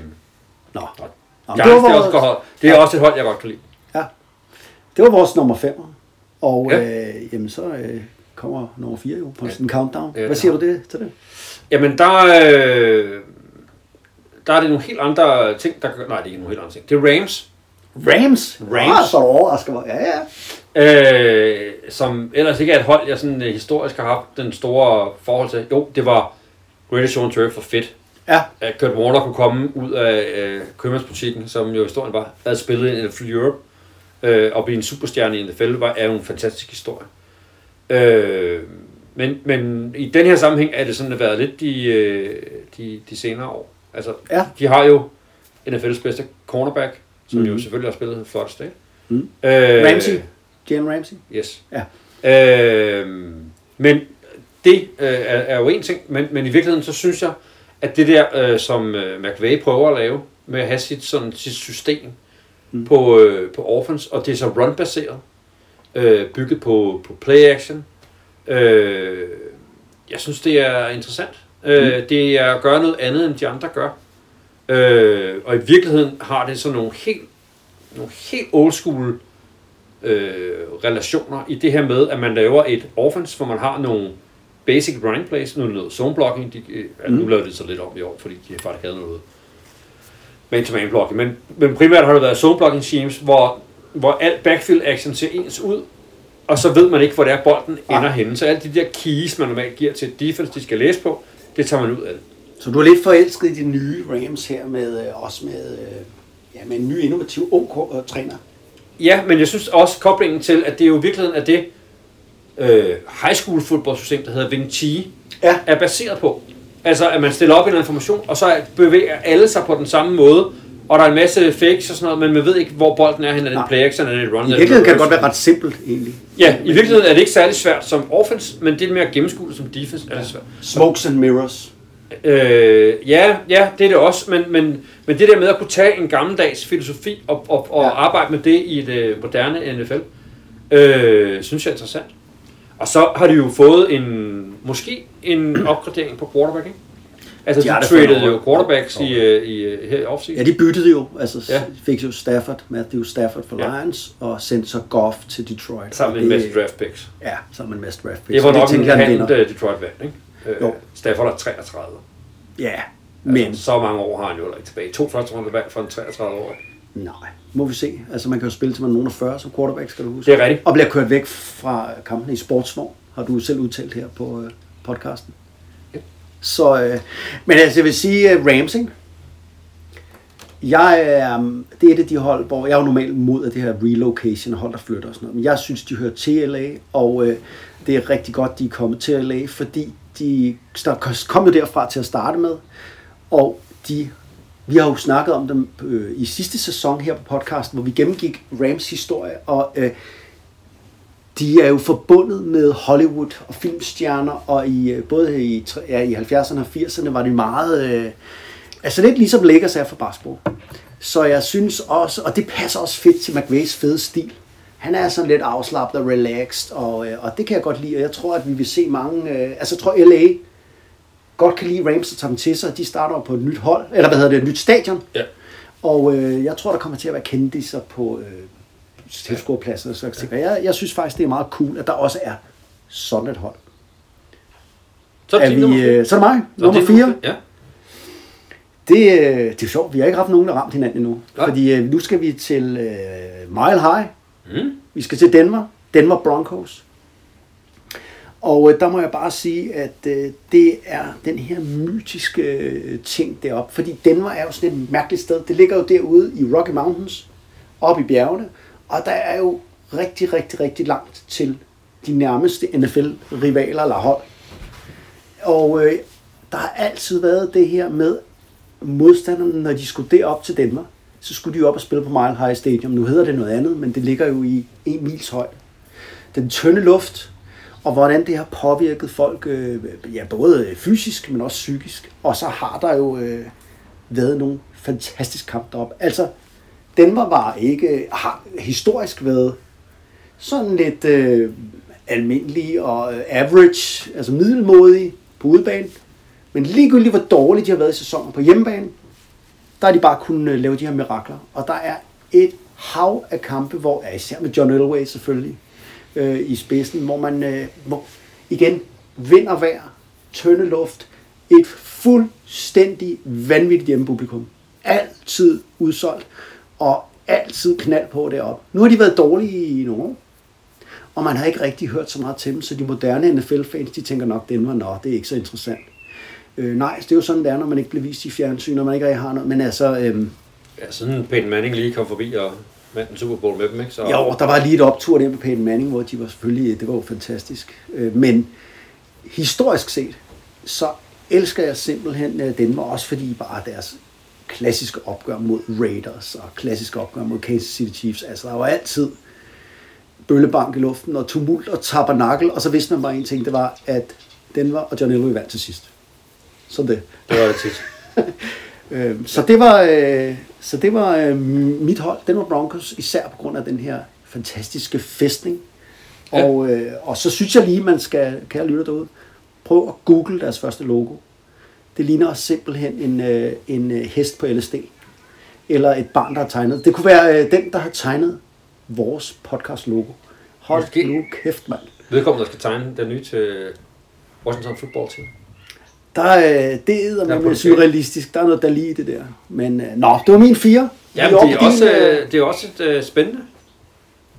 S2: Nå. Nå,
S3: Nå, det,
S2: men
S3: det, er også et godt hold. det er også et hold, jeg godt kan lide.
S2: ja. det var vores nummer 5. Og
S3: Ja.
S2: øh, jamen, så øh, kommer nummer 4 jo på
S3: Ja.
S2: sådan en countdown.
S3: Ja,
S2: Hvad
S3: det
S2: siger
S3: har
S2: du det, til det?
S3: Jamen, der, øh, der er det nogle helt andre ting, der gør- Nej, det er ikke nogle helt andre ting. Det er Rams,
S2: Rams?
S3: Rams.
S2: Ah, så er du overrasker mig. Ja, ja.
S3: øh, som ellers ikke er et hold, jeg sådan, øh, historisk har haft den store forhold til. Jo, det var Greatest Show on Turf for fedt.
S2: Ja,
S3: At Kurt Warner kunne komme ud af øh, købmandsbutikken, som jo historien var, havde spillet i NFL Europe, øh, og blive en superstjerne i NFL, var, er jo en fantastisk historie. Øh, men, men i den her sammenhæng er det sådan, at det har været lidt de, øh, de, de senere år. Altså,
S2: Ja.
S3: de har jo NFL's bedste cornerback, som mm. jo selvfølgelig har spillet flot ikke?
S2: Mhm.
S3: Øh,
S2: Ramsey. Jalen Ramsey.
S3: Yes.
S2: Ja.
S3: Øh, men det øh, er, er jo en ting, men, men i virkeligheden så synes jeg, at det der, øh, som øh, McVay prøver at lave, med at have sit, sådan, sit system mm. på, øh, på offense, og det er så run-baseret, øh, bygget på, på play-action, øh, jeg synes, det er interessant. Øh, mm. Det er at gøre noget andet, end de andre gør. Øh, og i virkeligheden har det sådan nogle helt, nogle helt old school øh, relationer i det her med, at man laver et offense, hvor man har nogle basic running plays, nu er det noget zone blocking, de, øh, mm. nu laver de det så lidt om i år, fordi de har faktisk havde noget man to man blocking, men, men primært har det været zone blocking schemes, hvor, hvor alt backfield action ser ens ud, og så ved man ikke, hvor det er, bolden ender henne. Så alle de der keys, man normalt giver til defense, de skal læse på, det tager man ud af det.
S2: Så du er lidt forelsket i de nye Rams her, med, øh, også med, øh, ja, med en ny innovativ ung ko- øh, træner.
S3: Ja, men jeg synes også koblingen til, at det er jo i virkeligheden er det øh, high school fodboldsystem, der hedder Wing Chee,
S2: Ja.
S3: er baseret på. Altså, at man stiller op en eller anden formation, og så bevæger alle sig på den samme måde, og der er en masse fakes og sådan noget, men man ved ikke, hvor bolden er henne, er det
S2: Nej.
S3: en play action, er det et run,
S2: I
S3: er
S2: virkeligheden
S3: noget
S2: kan det
S3: reverse?
S2: godt være ret simpelt, egentlig.
S3: Ja, i virkeligheden er det ikke særlig svært som offense, men det er mere gennemskueligt som defense, er det svært.
S2: Smokes and mirrors.
S3: Øh, ja, ja, det er det også, men, men, men det der med at kunne tage en gammeldags filosofi og, og, og
S2: Ja.
S3: ja. arbejde med det i det moderne NFL, øh, synes jeg er interessant. Og så har de jo fået en, måske en opgradering på quarterback, ikke? Altså,
S2: De
S3: de,
S2: har
S3: de
S2: det
S3: traded
S2: fandme
S3: jo
S2: over.
S3: quarterbacks i, øh, i, øh, her i offseason.
S2: Ja, de byttede jo. Altså, ja.
S3: Ja.
S2: fik jo Stafford, Matthew Stafford for ja.
S3: Ja.
S2: Lions, og sendte så Goff til Detroit.
S3: sammen med en
S2: Og
S3: masse draft picks.
S2: Ja, sammen med en masse draft picks.
S3: Det var
S2: Og
S3: nok en øh,
S2: tænker jeg, han
S3: hand,
S2: vinder.
S3: øh, Detroit vandt, ikke? Øh,
S2: Jo.
S3: Stafford er 33.
S2: Ja, Men-
S3: Altså, så mange år har han jo heller ikke tilbage. To første runde valg for en 33 år.
S2: Nej, må vi se. Altså, man kan jo spille til man er nogen af 40 som quarterback, skal du huske.
S3: Det er rigtigt.
S2: Og bliver kørt væk fra kampen i sportsvogn, har du selv udtalt her på øh, podcasten.
S3: Ja.
S2: Så, øh, men altså, jeg vil sige øh, Rams, ikke? Jeg er, øhm, det er et af de hold, hvor jeg er jo normalt mod af det her relocation, hold der flytter og sådan noget. Men jeg synes, de hører til LA, og øh, det er rigtig godt, de er kommet til LA, fordi de start- kom jo derfra til at starte med. Og de, vi har jo snakket om dem øh, i sidste sæson her på podcasten, hvor vi gennemgik Rams historie, og øh, de er jo forbundet med Hollywood og filmstjerner, og i øh, både i, tre- ja, i 70'erne og 80'erne var det meget... Øh, altså lidt ligesom Lakers er for basketball. Så jeg synes også, og det passer også fedt til McVays fede stil. Han er sådan lidt afslappet og relaxed, og, øh, og det kan jeg godt lide, og jeg tror, at vi vil se mange... Øh, altså jeg tror, L.A. godt kan lide Rams og tager dem til sig, og de starter jo på et nyt hold, eller hvad hedder det, et nyt stadion.
S3: Ja.
S2: Og øh, jeg tror, der kommer til at være kendiser på øh, tilskuerpladsen og så ja. jeg, jeg synes faktisk, det er meget cool, at der også er sådan et hold.
S3: Så
S2: Er
S3: din
S2: vi,
S3: fire.
S2: øh, så er det mig,
S3: Så er
S2: nummer
S3: din
S2: 4.
S3: Ja.
S2: Det, øh, det er jo sjovt, vi har ikke haft nogen, der ramt hinanden endnu.
S3: Nej.
S2: Fordi øh, nu skal vi til øh, Mile High.
S3: Mm.
S2: Vi skal til Denver. Denver Broncos. Og øh, der må jeg bare sige, at øh, det er den her mytiske øh, ting deroppe. Fordi Denver er jo sådan et mærkeligt sted. Det ligger jo derude i Rocky Mountains, oppe i bjergene. Og der er jo rigtig, rigtig, rigtig langt til de nærmeste NFL-rivaler eller hold. Og øh, der har altid været det her med modstanderne, når de skulle derop til Danmark, så skulle de jo op og spille på Mile High Stadium. Nu hedder det noget andet, men det ligger jo i en mils høj. Den tynde luft, og hvordan det har påvirket folk, øh, ja, både fysisk, men også psykisk. Og så har der jo øh, været nogle fantastiske kampe deroppe. Altså, Denver var ikke, har historisk været sådan lidt øh, almindelig og øh, average, altså middelmodig på udebane. Men ligegyldigt hvor dårligt de har været i sæsonen på hjemmebane, der har de bare kunnet øh, lave de her mirakler. Og der er et hav af kampe, hvor ja, især med John Elway selvfølgelig øh, i spidsen, hvor man øh, hvor, igen vind og vejr, tynde luft, et fuldstændig vanvittigt hjemmepublikum. Altid udsolgt, og altid knald på deroppe. Nu har de været dårlige i nogle år, og man har ikke rigtig hørt så meget til dem, så de moderne NFL-fans, de tænker nok, den var nå, det er ikke så interessant. Øh, nej, så det er jo sådan, det er, når man ikke bliver vist i fjernsyn, når man ikke rigtig har noget. Men altså, øh,
S3: ja, sådan Peyton Manning lige kom forbi og vandt en Super Bowl med dem, ikke? Så,
S2: jo, der var lige et optur der på Peyton Manning, hvor de var selvfølgelig, det var jo fantastisk. Øh, men historisk set, så elsker jeg simpelthen øh, Denver, også fordi bare deres klassiske opgør mod Raiders og klassiske opgør mod Kansas City Chiefs, altså der var altid bøllebank i luften og tumult og tabernakel, og så vidste man bare en ting, det var, at Denver og John Elway vandt til sidst. Sådan det.
S3: Det var det tit.
S2: Øh, så det var, øh, så det var øh, mit hold, Denver Broncos, især på grund af den her fantastiske festning.
S3: Ja.
S2: Og, øh, og så synes jeg lige, man skal, kære lytter derude, prøv at google deres første logo. Det ligner simpelthen en, øh, en øh, hest på LSD. Eller et barn, der har tegnet. Det kunne være øh, den, der har tegnet vores podcast logo. Hold
S3: Måske.
S2: nu kæft, mand.
S3: Vedkommende der skal tegne den nye til Washington Football Team.
S2: Der er, øh, det er
S3: Der er
S2: med
S3: potentiale.
S2: surrealistisk. Der er noget, der lige i det der. Men øh, nå, det var min fire.
S3: Ja,
S2: Vi
S3: men
S2: over
S3: det er,
S2: på din,
S3: også,
S2: øh,
S3: øh, det er også et øh, spændende.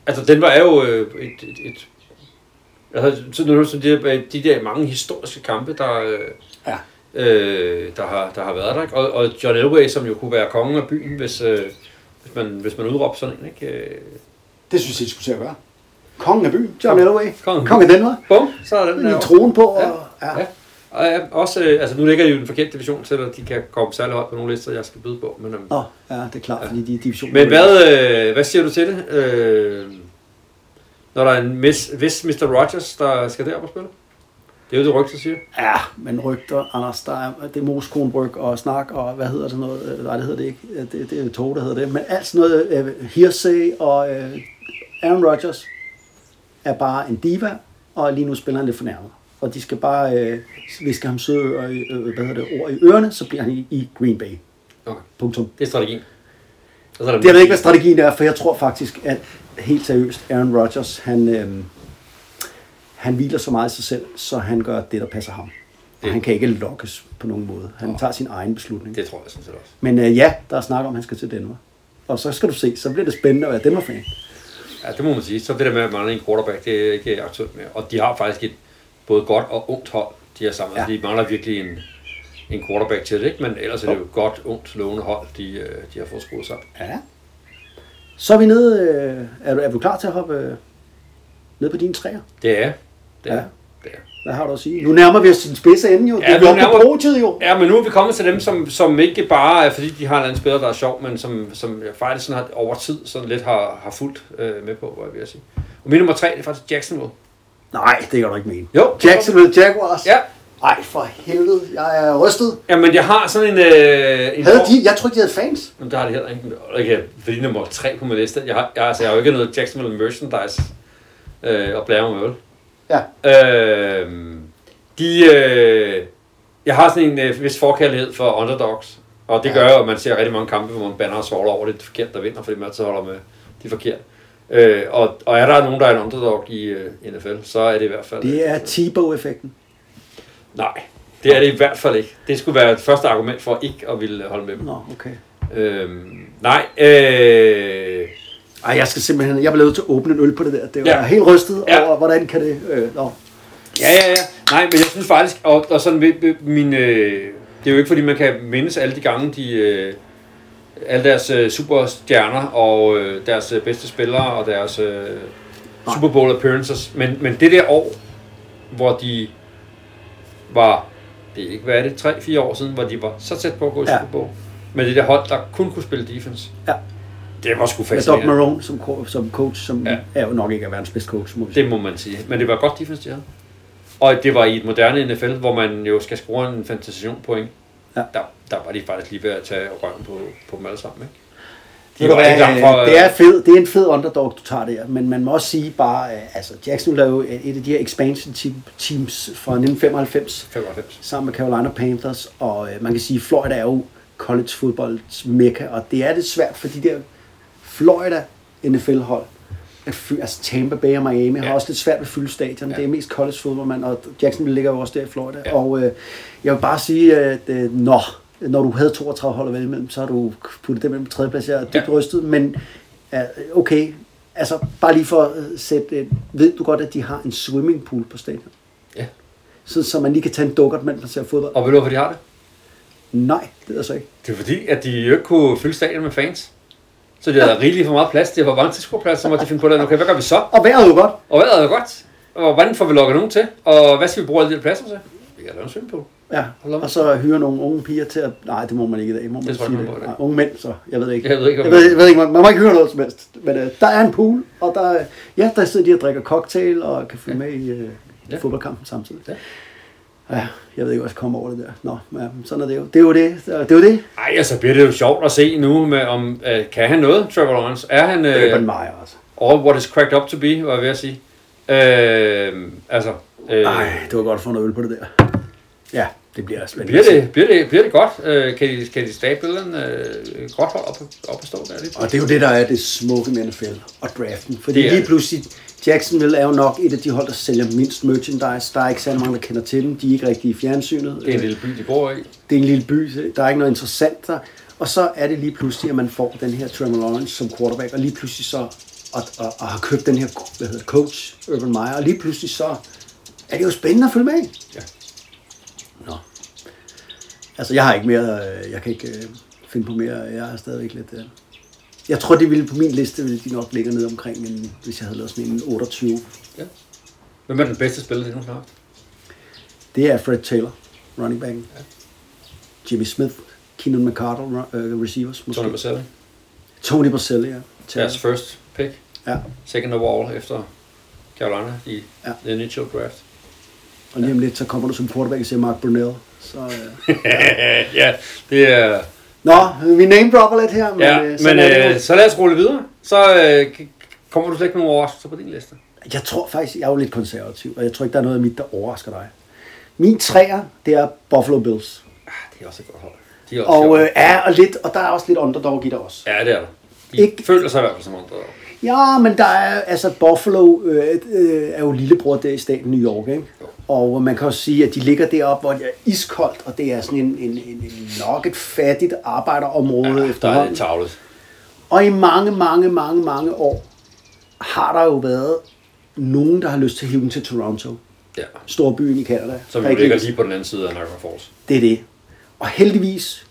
S3: Altså, Denver er jo øh, et... et, et altså, så nu som de, der- de der mange historiske kampe, der, øh,
S2: Ja.
S3: øh, der, har, der har været der. Ikke? Og, og John Elway, som jo kunne være kongen af byen, hvis, øh, hvis, man, hvis man udråbte sådan en. Ikke? Øh,
S2: Det synes jeg, de skulle til at gøre. Kongen af byen, John Elway.
S3: Kongen.
S2: Kongen af Danmark.
S3: bum, så er den
S2: Med
S3: der.
S2: en trone på. Og,
S3: Ja. ja. Og ja, også, øh, altså nu ligger de jo i den forkerte division til, at de kan komme særlig højt på nogle lister, jeg skal byde på. Men, øhm,
S2: Nå, ja, det er klart, fordi de er division.
S3: Men hvad, øh, hvad siger du til det? Øh, når der er en mis, hvis Mr. Rogers, der skal derop og spille? Det er jo det rygte, siger.
S2: Ja, men rygter, Anders, der er, det er moskonbryg og snak og hvad hedder det noget? Øh, Nej, det hedder det ikke. Øh, Det, det er tog, der hedder det. Men alt sådan noget uh, hearsay og uh, Aaron Rodgers er bare en diva, og lige nu spiller han lidt fornærmet. Og de skal bare, øh, hvis skal ham søde ører, i- øh, hvad hedder det, ord i ørerne, så bliver han i, i Green Bay.
S3: Okay.
S2: Punktum.
S3: Det er strategien. Og så er der
S2: Det ved jeg ikke, hvad strategien er, for jeg tror faktisk, at helt seriøst, Aaron øhm, Rodgers, han, øh, han hviler så meget i sig selv, så han gør det, der passer ham. Og han kan ikke lokkes på nogen måde. Han tager sin egen beslutning.
S3: Det tror jeg sådan set også.
S2: Men øh, ja, der er snak om, at han skal til Denver. Og så skal du se, så bliver det spændende at være Denver-fan.
S3: Ja, det må man sige. Så det der med, at man en quarterback, det er ikke aktuelt mere. Og de har faktisk et både godt og ungt hold, de har sammen. Ja.
S2: Ja.
S3: De mangler virkelig en, en quarterback til det, ikke? men ellers er det jo et godt, ungt, lovende hold, de, øh, de har fået skruet sammen.
S2: Ja. Så er vi nede. Øh, er, du, er du klar til at hoppe øh, ned på dine træer?
S3: Det er. Det er. Ja.
S2: Ja.
S3: Det er.
S2: Hvad har du at sige? Nu nærmer vi os den spidse ende jo. Ja,
S3: Ja, nu
S2: det er jo
S3: nærmer-
S2: på brugtid jo.
S3: Ja, men nu er vi kommet til dem, som, som ikke bare er fordi, de har en eller anden spiller, der er sjov, men som, som jeg faktisk sådan har, over tid sådan lidt har, har fulgt øh, med på, hvad jeg vil sige. Og min nummer tre, det er faktisk Jacksonville.
S2: Nej, det kan du ikke mene.
S3: Jo.
S2: Jacksonville Jaguars.
S3: Ja.
S2: Ej, for helvede. Jeg er rystet.
S3: Jamen, jeg har sådan en... Øh, en
S2: Havde de, jeg tror ikke, de havde fans.
S3: Jamen, det har det heller ikke. Og ikke fordi nummer tre på min liste. Jeg har, jeg, altså, jeg har jo ikke noget Jacksonville merchandise øh, og blære med øl.
S2: Ja.
S3: Øh, de, øh, jeg har sådan en øh, vis forkærlighed for underdogs. Og det gør jo, at man ser rigtig mange kampe, hvor man banner og svogler over, det er det forkert, der vinder, fordi man altid holder med de forkerte. Øh, og, og er der nogen, der er en underdog i øh, NFL, så er det i hvert fald...
S2: Det er Tebow-effekten.
S3: Nej, det er det i hvert fald ikke. Det skulle være et første argument for ikke at ville holde med dem.
S2: Nå, okay.
S3: Øhm, nej, øh,
S2: Ej, jeg skal simpelthen, jeg blev nødt til at åbne en øl på det der. Det var
S3: Ja.
S2: ja. helt rystet
S3: Ja.
S2: ja. over, hvordan kan det... Øh, nå.
S3: Ja, ja, ja. Nej, men jeg synes faktisk, og, og sådan ved- ved min, øh, det er jo ikke fordi, man kan mindes alle de gange, de, øh, alle deres øh, superstjerner og øh, deres øh, bedste spillere og deres øh, Super Bowl appearances. Men, men det der år, hvor de var, det er ikke, hvad er det, 3-4 år siden, hvor de var så tæt på at gå i
S2: Ja.
S3: Super Bowl. Men det der hold, der kun kunne spille defense.
S2: Ja.
S3: Det var sgu
S2: Med Doc
S3: fascinerende.
S2: Marone som, co- som coach, som
S3: Ja.
S2: ja. er jo nok ikke er verdens bedste coach, må vi sige.
S3: Det må man sige. Men det var godt defense, de havde. Og det var i et moderne NFL, hvor man jo skal score en fantasation point.
S2: Ja.
S3: Der, der var de faktisk lige ved at tage røven på, på dem alle sammen. Ikke?
S2: Ved
S3: De
S2: du
S3: var ikke
S2: hvad,
S3: langt fra...
S2: øh, det, er fed, det er en fed underdog, du tager der, men man må også sige bare, øh, altså Jacksonville er jo et af de her expansion team, teams fra 1995,
S3: 95.
S2: sammen med Carolina Panthers, og øh, man kan sige, Florida er jo college fodbolds mekka, og det er lidt svært for de der Florida NFL-hold, at fy, altså Tampa Bay og Miami ja.
S3: Ja.
S2: har også lidt svært ved at fylde stadion.
S3: Ja.
S2: Ja. Det er mest college fodbold, man, og Jacksonville ligger jo også der i Florida.
S3: Ja.
S2: Ja. Og øh, jeg vil bare sige, at øh, når, når du havde 32 hold at vælge imellem, så har du puttet dem ind på tredjepladseret og dybt
S3: Ja.
S2: ja. rystet, men øh, okay, altså bare lige for at øh, sætte, øh, ved du godt, at de har en swimmingpool på stadion?
S3: Ja.
S2: Så, så man lige kan tage en dukkert, mens man ser fodbold.
S3: Og ved du, hvorfor de har det?
S2: Nej, det ved jeg så ikke.
S3: Det er fordi, at de jo ikke kunne fylde stadion med fans. Så de havde rigeligt for meget plads. Det var mange tilskuerplads, så måtte de finde på det. Okay, hvad gør vi så?
S2: Og vejret er jo godt.
S3: Og hvad er det godt? Og hvordan får vi lukket nogen til? Og hvad skal vi bruge alle de der pladser til? Vi kan lave en swimmingpool.
S2: Ja,
S3: Hold op.
S2: og så hyre nogle unge piger til at... Nej, det må man ikke i dag. Må man
S3: Det tror jeg
S2: sige
S3: ikke, man må i dag.
S2: Nej, unge mænd, så. Jeg ved det ikke.
S3: Jeg ved ikke, om
S2: jeg ved, jeg ved ikke man, man må ikke høre noget som helst. Men øh, der er en pool, og der, er- ja, der sidder de og drikker cocktail og kan følge med i øh,
S3: Ja.
S2: ja. fodboldkampen samtidig.
S3: Ja.
S2: Ja. ja. jeg ved ikke, hvor jeg skal komme over det der. Nå, ja, sådan er det jo. Det er jo det. Det er jo det.
S3: Ej, og så bliver det jo sjovt at se nu, med, om øh, kan han noget, Trevor Lawrence? Er han
S2: Øh. Urban
S3: øh,
S2: Meyer også.
S3: all what is cracked up to be, var jeg ved at sige? Øh, altså, øh,
S2: Nej, det var godt at få noget øl på det der. Ja, det bliver spændende.
S3: bliver, det, bliver, det, bliver det godt? Øh, kan, de, kan de stage billederne øh, godt hold op, op at stå der lidt?
S2: Og det er jo det, der er det smukke med NFL og draften. Fordi
S3: Det er
S2: lige
S3: det.
S2: pludselig, Jacksonville er jo nok et af de hold, der sælger mindst merchandise. Der er ikke særlig mange, der kender til dem. De er ikke rigtig i fjernsynet.
S3: Det er en lille by, de bor i.
S2: det er en lille by, så der er ikke noget interessant der. Og så er det lige pludselig, at man får den her Trevor Lawrence som quarterback, og lige pludselig så og, og, og har købt den her hvad hedder, det, coach, Urban Meyer, og lige pludselig så er det jo spændende at følge med. i.
S3: Ja.
S2: Nå. Altså, jeg har ikke mere, øh, jeg kan ikke øh, finde på mere, jeg har stadigvæk lidt... Øh. Jeg tror, det ville på min liste, ville de nok ligge ned omkring, en, hvis jeg havde lavet sådan en 28.
S3: Ja. Hvem er den bedste spiller, de nu har? haft?
S2: Det er Fred Taylor, running back. Jimmy Smith, Keenan McCardle, ru- øh, receivers. Måske.
S3: Tony Baselli.
S2: Tony Baselli, ja. Taylor.
S3: Deres first pick.
S2: Ja,
S3: Second overall efter Carolina i
S2: Ja.
S3: the initial draft.
S2: og lige om lidt, så kommer du som quarterback og siger Mark Brunell. Så, øh.
S3: ja, det er...
S2: Nå, vi name dropper lidt her, men,
S3: Ja,
S2: øh,
S3: men
S2: sådan er det
S3: øh,
S2: jo.
S3: så lad os rulle videre. Så øh, k- kommer du slet ikke nogen overraskelser på din liste.
S2: Jeg tror faktisk, jeg er jo lidt konservativ, og jeg tror ikke, der er noget af mit, der overrasker dig. Min træer, det er Buffalo Bills.
S3: Ah, det er også et godt hold. De er også
S2: Og,
S3: sjove.
S2: øh, er, og, lidt, og der er også lidt underdog i det også.
S3: Ja, det er der. De ikke...
S2: ikke-
S3: føler sig i hvert fald som andre.
S2: Ja, men der er, altså Buffalo øh, øh, er jo lillebror der i staten New York, ikke?
S3: Jo.
S2: Og man kan også sige, at de ligger deroppe, hvor det er iskoldt, og det er sådan en, en, en, en nok et fattigt arbejderområde ja,
S3: Der er
S2: efterhånden.
S3: lidt tavlet.
S2: Og i mange, mange, mange, mange år har der jo været nogen, der har lyst til at hive den til Toronto.
S3: Ja.
S2: Storbyen i Canada.
S3: Som jo
S2: Rigtig-
S3: ligger lige på den anden side af Niagara Falls.
S2: Det er det. Og heldigvis,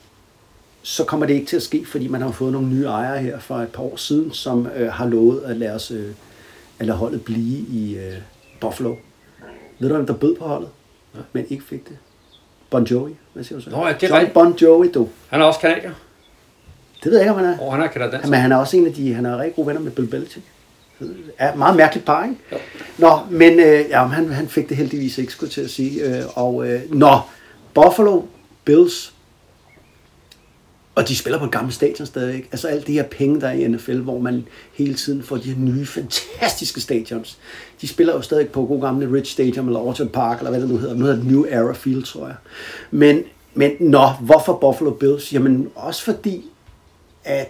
S2: så kommer det ikke til at ske, fordi man har fået nogle nye ejere her for et par år siden, som øh, har lovet at lade, os, øh, at lade holdet blive i øh, Buffalo. Ved du, hvem der bød på holdet, ja. men ikke fik det? Bon Jovi, hvad siger du så?
S3: Nå ja, det er
S2: John
S3: rigtigt.
S2: Bon Jovi, du.
S3: Han er også kanadier.
S2: Det ved jeg ikke, om han er.
S3: Og han er kanadenser.
S2: Men han er også en af de, han er rigtig gode venner med Bill Belichick. Er meget mærkeligt par, ikke? Nå, men øh, ja, han, han fik det heldigvis ikke, skulle jeg til at sige. Øh, og øh, nå, Buffalo Bills, og de spiller på et gammelt stadion stadigvæk. Altså alt det her penge, der er i NFL, hvor man hele tiden får de her nye, fantastiske stadions. De spiller jo stadig på god gamle Rich Stadium eller Orchard Park, eller hvad det nu hedder. Nu hedder det New Era Field, tror jeg. Men, men nå, hvorfor Buffalo Bills? Jamen også fordi, at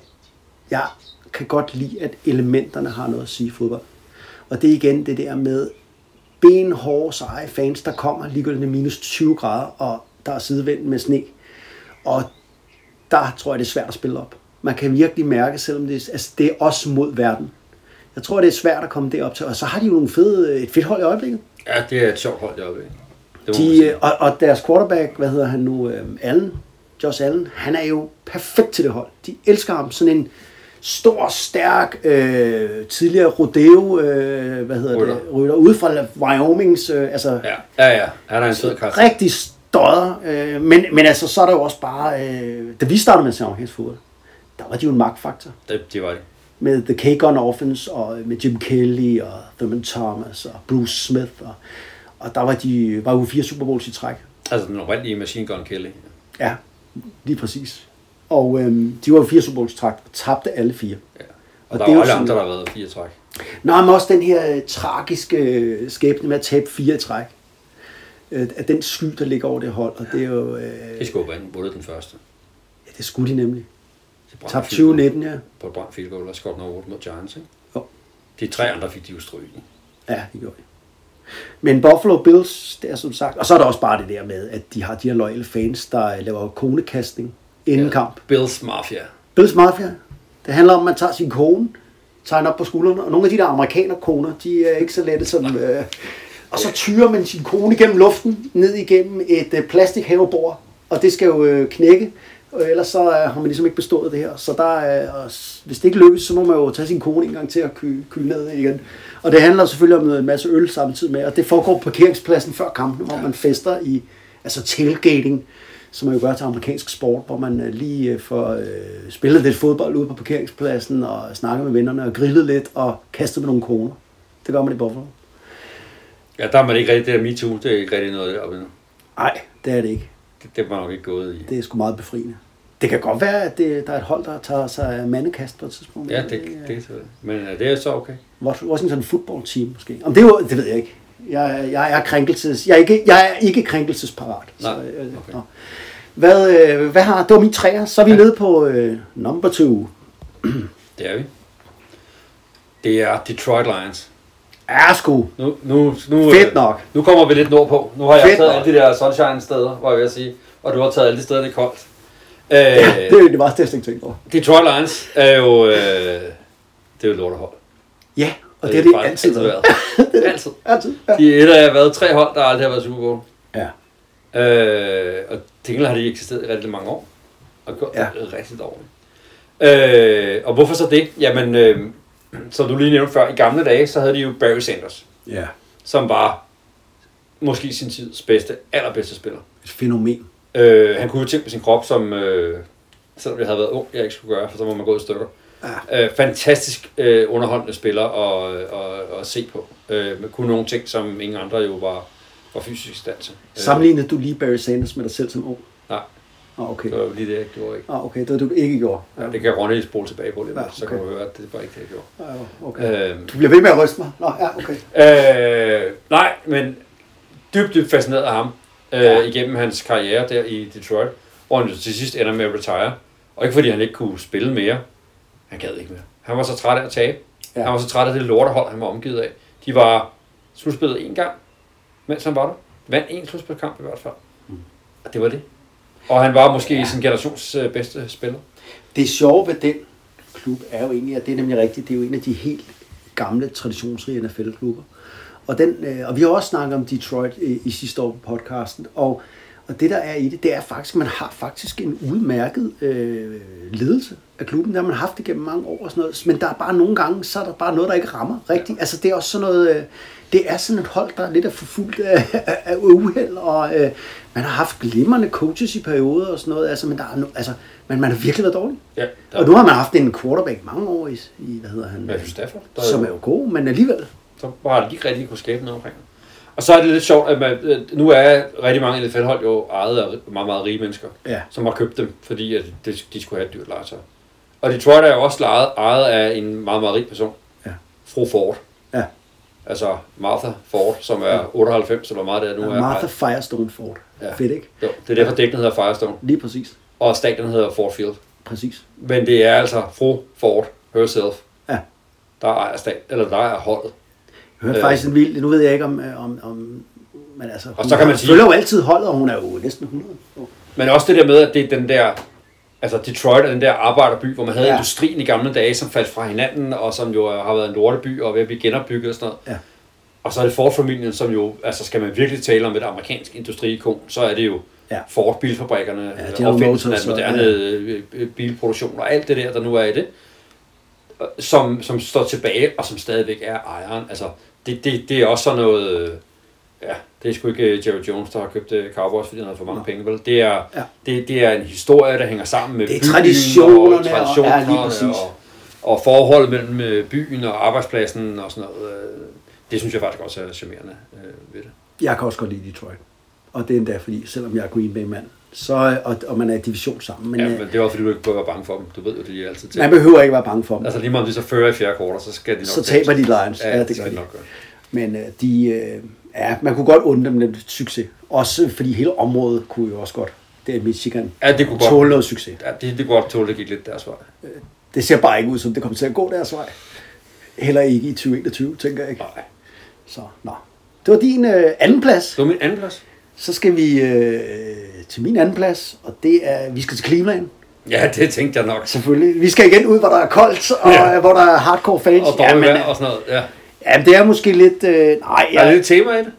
S2: jeg kan godt lide, at elementerne har noget at sige i fodbold. Og det er igen det der med benhårde, seje fans, der kommer ligegyldigt det er minus 20 grader, og der er sidevind med sne. Og der tror jeg, det er svært at spille op. Man kan virkelig mærke, selvom det, er- altså, det er os mod verden. Jeg tror, det er svært at komme derop til. Og så har de jo nogle fede, et fedt hold i øjeblikket.
S3: Ja, det er et sjovt hold deroppe. ikke? Det må man
S2: De,
S3: sige.
S2: øh, og, og deres quarterback, hvad hedder han nu, øh, Allen, Josh Allen, han er jo perfekt til det hold. De elsker ham. Sådan en stor, stærk, øh, tidligere rodeo, øh, hvad hedder rytter.
S3: Rytter.
S2: det, rytter ude fra Wyomings, øh, altså ja.
S3: Ja, ja, ja. Han er en sød karakter.
S2: rigtig stodder. Øh, men, men altså, så er der jo også bare, øh, da vi startede med at se amerikansk fodbold, der var de jo en magtfaktor
S3: Det, det var det.
S2: med The K-Gun Orphans og øh, med Jim Kelly og Thurman Thomas og Bruce Smith. Og, og der var de var jo fire Super Bowls i træk.
S3: Altså den oprindelige Machine Gun Kelly.
S2: Ja, lige præcis. Og øhm, de var jo fire Super Bowls træk og tabte alle fire.
S3: Ja.
S2: Og det
S3: Og, der
S2: er
S3: er
S2: jo
S3: jo alle
S2: sådan-
S3: andre, der har været fire træk.
S2: Nå, men også den her øh, tragiske øh, skæbne med at tabe fire i træk. Øh, at den sky, der ligger over det hold, og det er jo... Øh,
S3: Det skulle jo vinde, vundet den første.
S2: ja, det skulle de nemlig.
S3: Det brændte
S2: Tabte
S3: field
S2: 2019, ja.
S3: goal. På et brændt field goal, der skåret over 8 mod Giants, ikke?
S2: Jo.
S3: De tre andre fik de jo stryg i.
S2: Ja, det gjorde de. Men Buffalo Bills, det er som sagt... Og så er der også bare det der med, at de har de her loyale fans, der øh, laver konekastning inden ja. kamp.
S3: Bills Mafia.
S2: Bills Mafia. Det handler om, at man tager sin kone, tager hende op på skuldrene, og nogle af de der amerikanerkoner, de er ikke så lette som... Øh, og så tyrer man sin kone gennem luften, ned igennem et øh, plastikhavebord, og det skal jo øh, knække, og ellers så øh, har man ligesom ikke bestået det her. Så der, øh, og s- hvis det ikke lykkes, så må man jo tage sin kone en gang til at køle, køle ned igen. Og det handler selvfølgelig om noget- en masse øl samtidig med, og det foregår på parkeringspladsen før kampen, hvor man fester i altså tailgating som man jo gør til amerikansk sport, hvor man øh, lige øh, får øh, spillet lidt fodbold ude på parkeringspladsen, og snakket med vennerne, og grillet lidt, og kastet med nogle koner. Det gør man i Buffalo.
S3: Ja, der er man ikke rigtig det der MeToo. Det er ikke rigtig noget deroppe endnu.
S2: Nej, det er det ikke.
S3: Det, det er man nok ikke gået i.
S2: Det er sgu meget befriende. Det kan godt være, at det, der er et hold, der tager sig af mandekast på et tidspunkt.
S3: Ja, det, det er så. Men ja, det er så okay.
S2: Wash- Washington football team måske. Om det, er jo, det ved jeg ikke. Jeg, jeg, er, krænkelses, jeg, er, ikke, jeg er ikke krænkelsesparat.
S3: Nej,
S2: øh,
S3: okay.
S2: nå. Hvad, øh, hvad har, det var min træer, så er vi nede på øh, number two.
S3: Det er vi. Det er Detroit Lions.
S2: Ja, sgu.
S3: Nu, nu, nu,
S2: Fedt
S3: øh,
S2: nok.
S3: Nu kommer vi lidt nordpå. Nu har jeg
S2: Fedt
S3: taget
S2: nok.
S3: alle de der sunshine-steder, var jeg ved at sige. Og du har taget alle de steder, det er koldt. Øh,
S2: Det er jo det var det, jeg slet ikke tænkte over.
S3: Detroit Lions er jo... Øh, det er jo et lortehold.
S2: Ja, og det har det
S3: faktisk
S2: altid været.
S3: det er altid.
S2: Øh, Altid, ja.
S3: De er et af været tre hold, der aldrig har været Super Bowl.
S2: ja.
S3: Øh, og til gengæld har de eksisteret i rigtig mange år. Og gjort
S2: Ja.
S3: ja. det rigtig dårligt. Øh, og hvorfor så det? Jamen, øh, som du lige nævnte før, i gamle dage, så havde de jo Barry Sanders,
S2: Ja,
S3: som var måske sin tids bedste, allerbedste spiller.
S2: et fænomen.
S3: Øh, han kunne jo ting med sin krop, som øh, selvom jeg havde været ung, jeg ikke skulle gøre, for så var man gået i stykker. Ja. Øh, fantastisk øh, underholdende spiller at, at, at se på. Øh, men kunne nogle ting, som ingen andre jo var, var fysisk i stand til.
S2: Sammenlignede du lige Barry Sanders med dig selv som ung?
S3: Øh, nej,
S2: Ah, okay.
S3: det var jo lige det, jeg gjorde ikke.
S2: Ah, okay, det var det, du ikke gjorde. Ja,
S3: Det kan Ronny spole tilbage på lidt,
S2: Ja,
S3: ja, så kan
S2: okay.
S3: du høre, at det var ikke det, jeg gjorde.
S2: Ah, okay.
S3: Øh,
S2: Du bliver ved med at ryste mig. Nå, ja, okay.
S3: Øh, nej, men dybt, dybt fascineret af ham øh, ja. igennem hans karriere der i Detroit, hvor han jo til sidst ender med at retire. Og ikke fordi han ikke kunne spille mere. Han gad ikke mere. Han var så træt af at tabe.
S2: Ja.
S3: Ja. Han var så træt af det lortehold, han var omgivet af. De var slutspillet en gang, mens han var der. vandt en slutspilskamp i hvert fald. Og det var det. Og han var måske Mm. ja. sin generations øh, bedste spiller.
S2: Det sjove ved den klub er jo egentlig, at det er nemlig rigtigt, det er jo en af de helt gamle, traditionsrige NFL-klubber. Og, den, øh, og vi har også snakket om Detroit øh, i sidste år på podcasten, og, og det der er i det, det er faktisk, at man har faktisk en udmærket øh, ledelse af klubben, der man har haft det gennem mange år og sådan noget, men der er bare nogle gange, så er der bare noget, der ikke rammer rigtigt. Altså det er også sådan noget, øh, det er sådan et hold, der er lidt er forfulgt af, af, af uheld, og øh, man har haft glimrende coaches i perioder og sådan noget, altså, men, der er no, altså, men man har virkelig været dårlig.
S3: Ja, der
S2: Og nu har man haft en quarterback mange år i, i hvad hedder han?
S3: Matthew Stafford, der
S2: som
S3: jo-
S2: er jo god, men alligevel.
S3: så var det ikke rigtig kunne skabe noget omkring. Og så er det lidt sjovt, at man, øh, nu er rigtig mange NFL-hold jo ejet af ri- meget, meget rige mennesker,
S2: Ja.
S3: som har købt dem, fordi at det- de skulle have et dyrt legetøj. Og Detroit er jo også lejet, ejet af en meget, meget rig person,
S2: Ja.
S3: fru Ford.
S2: Ja.
S3: Altså Martha Ford, som er 98, eller hvor meget det er nu. er
S2: Martha
S3: ejet.
S2: Firestone Ford.
S3: Ja.
S2: Ja. Fedt, ikke?
S3: Jo, det er derfor dækken hedder Firestone,
S2: Lige præcis.
S3: og stadion hedder Ford Field.
S2: Præcis.
S3: Men det er altså fru Ford herself,
S2: Ja.
S3: der ejer, stad, eller der ejer holdet.
S2: Jeg hørte
S3: Øh.
S2: øh. faktisk en vild, nu ved jeg ikke om, øh, om, om men altså,
S3: så
S2: hun
S3: kan
S2: har-
S3: man sige-
S2: følger jo altid holdet, og hun er jo næsten 100 år.
S3: Men også det der med, at det er den der, altså Detroit er den der arbejderby, hvor man havde ja.
S2: Ja.
S3: industrien i gamle dage, som faldt fra hinanden, og som jo har været en lorteby og er ved at blive genopbygget og sådan noget.
S2: Ja.
S3: Og så er det Ford-familien, som jo, altså skal man virkelig tale om et amerikansk industriikon, så er det jo ja.
S2: Ja.
S3: Ford-bilfabrikkerne,
S2: Ja,
S3: ja,
S2: General
S3: opfindelsen af
S2: Motors og-
S3: moderne
S2: ja.
S3: øh, øh, bilproduktion og alt det der, der nu er i det, øh, som, som står tilbage og som stadigvæk er ejeren. Altså, det, det, det er også sådan noget... øh, Ja, det er sgu ikke Jerry Jones, der har købt øh, Cowboys, fordi han har for mange penge, vel? Det er, ja.
S2: Ja.
S3: det, det er en historie, der hænger sammen med
S2: Det er
S3: byen
S2: traditionerne,
S3: og
S2: og-
S3: traditionerne
S2: ja, lige præcis.
S3: og, og forholdet mellem øh, byen og arbejdspladsen og sådan noget. øh, Det synes jeg faktisk også er charmerende øh, ved det.
S2: Jeg kan også godt lide Detroit. Og det er endda fordi, selvom jeg er Green Bay-mand, så, øh, og, og man er i division sammen, men, øh,
S3: Ja,
S2: ja,
S3: men det var fordi, du ikke burde være bange for dem. Du ved jo, det er altid til.
S2: man behøver ikke være bange for dem.
S3: Altså lige meget om de så fører i fjerde kvartal, så skal de nok
S2: så
S3: tabe.
S2: taber de Lions.
S3: Ja,
S2: Ja,
S3: det
S2: det
S3: skal
S2: gør
S3: de
S2: de.
S3: nok gøre.
S2: Men øh, de, øh, ja, man kunne godt undre dem lidt succes. Også fordi hele området kunne jo også godt. Det er Michigan.
S3: Ja, det kunne godt.
S2: Tåle noget succes.
S3: Ja, det, det kunne godt tåle, at det gik lidt deres vej.
S2: Det ser bare ikke ud, som det kommer til at gå deres vej. Heller ikke i 2021, tænker jeg ikke.
S3: Nej.
S2: Så, nå. Det var din øh, anden plads.
S3: Det var min anden plads.
S2: Så skal vi øh, til min anden plads, og det er, vi skal til Cleveland,
S3: Ja, det tænkte jeg nok.
S2: selvfølgelig. Vi skal igen ud, hvor der er koldt, og
S3: Ja.
S2: ja. hvor der er hardcore fans.
S3: Og dårlig
S2: men, øh,
S3: vejr og sådan noget. Ja.
S2: jamen, det er måske lidt... Øh, nej,
S3: Der er
S2: jeg,
S3: lidt tema i det.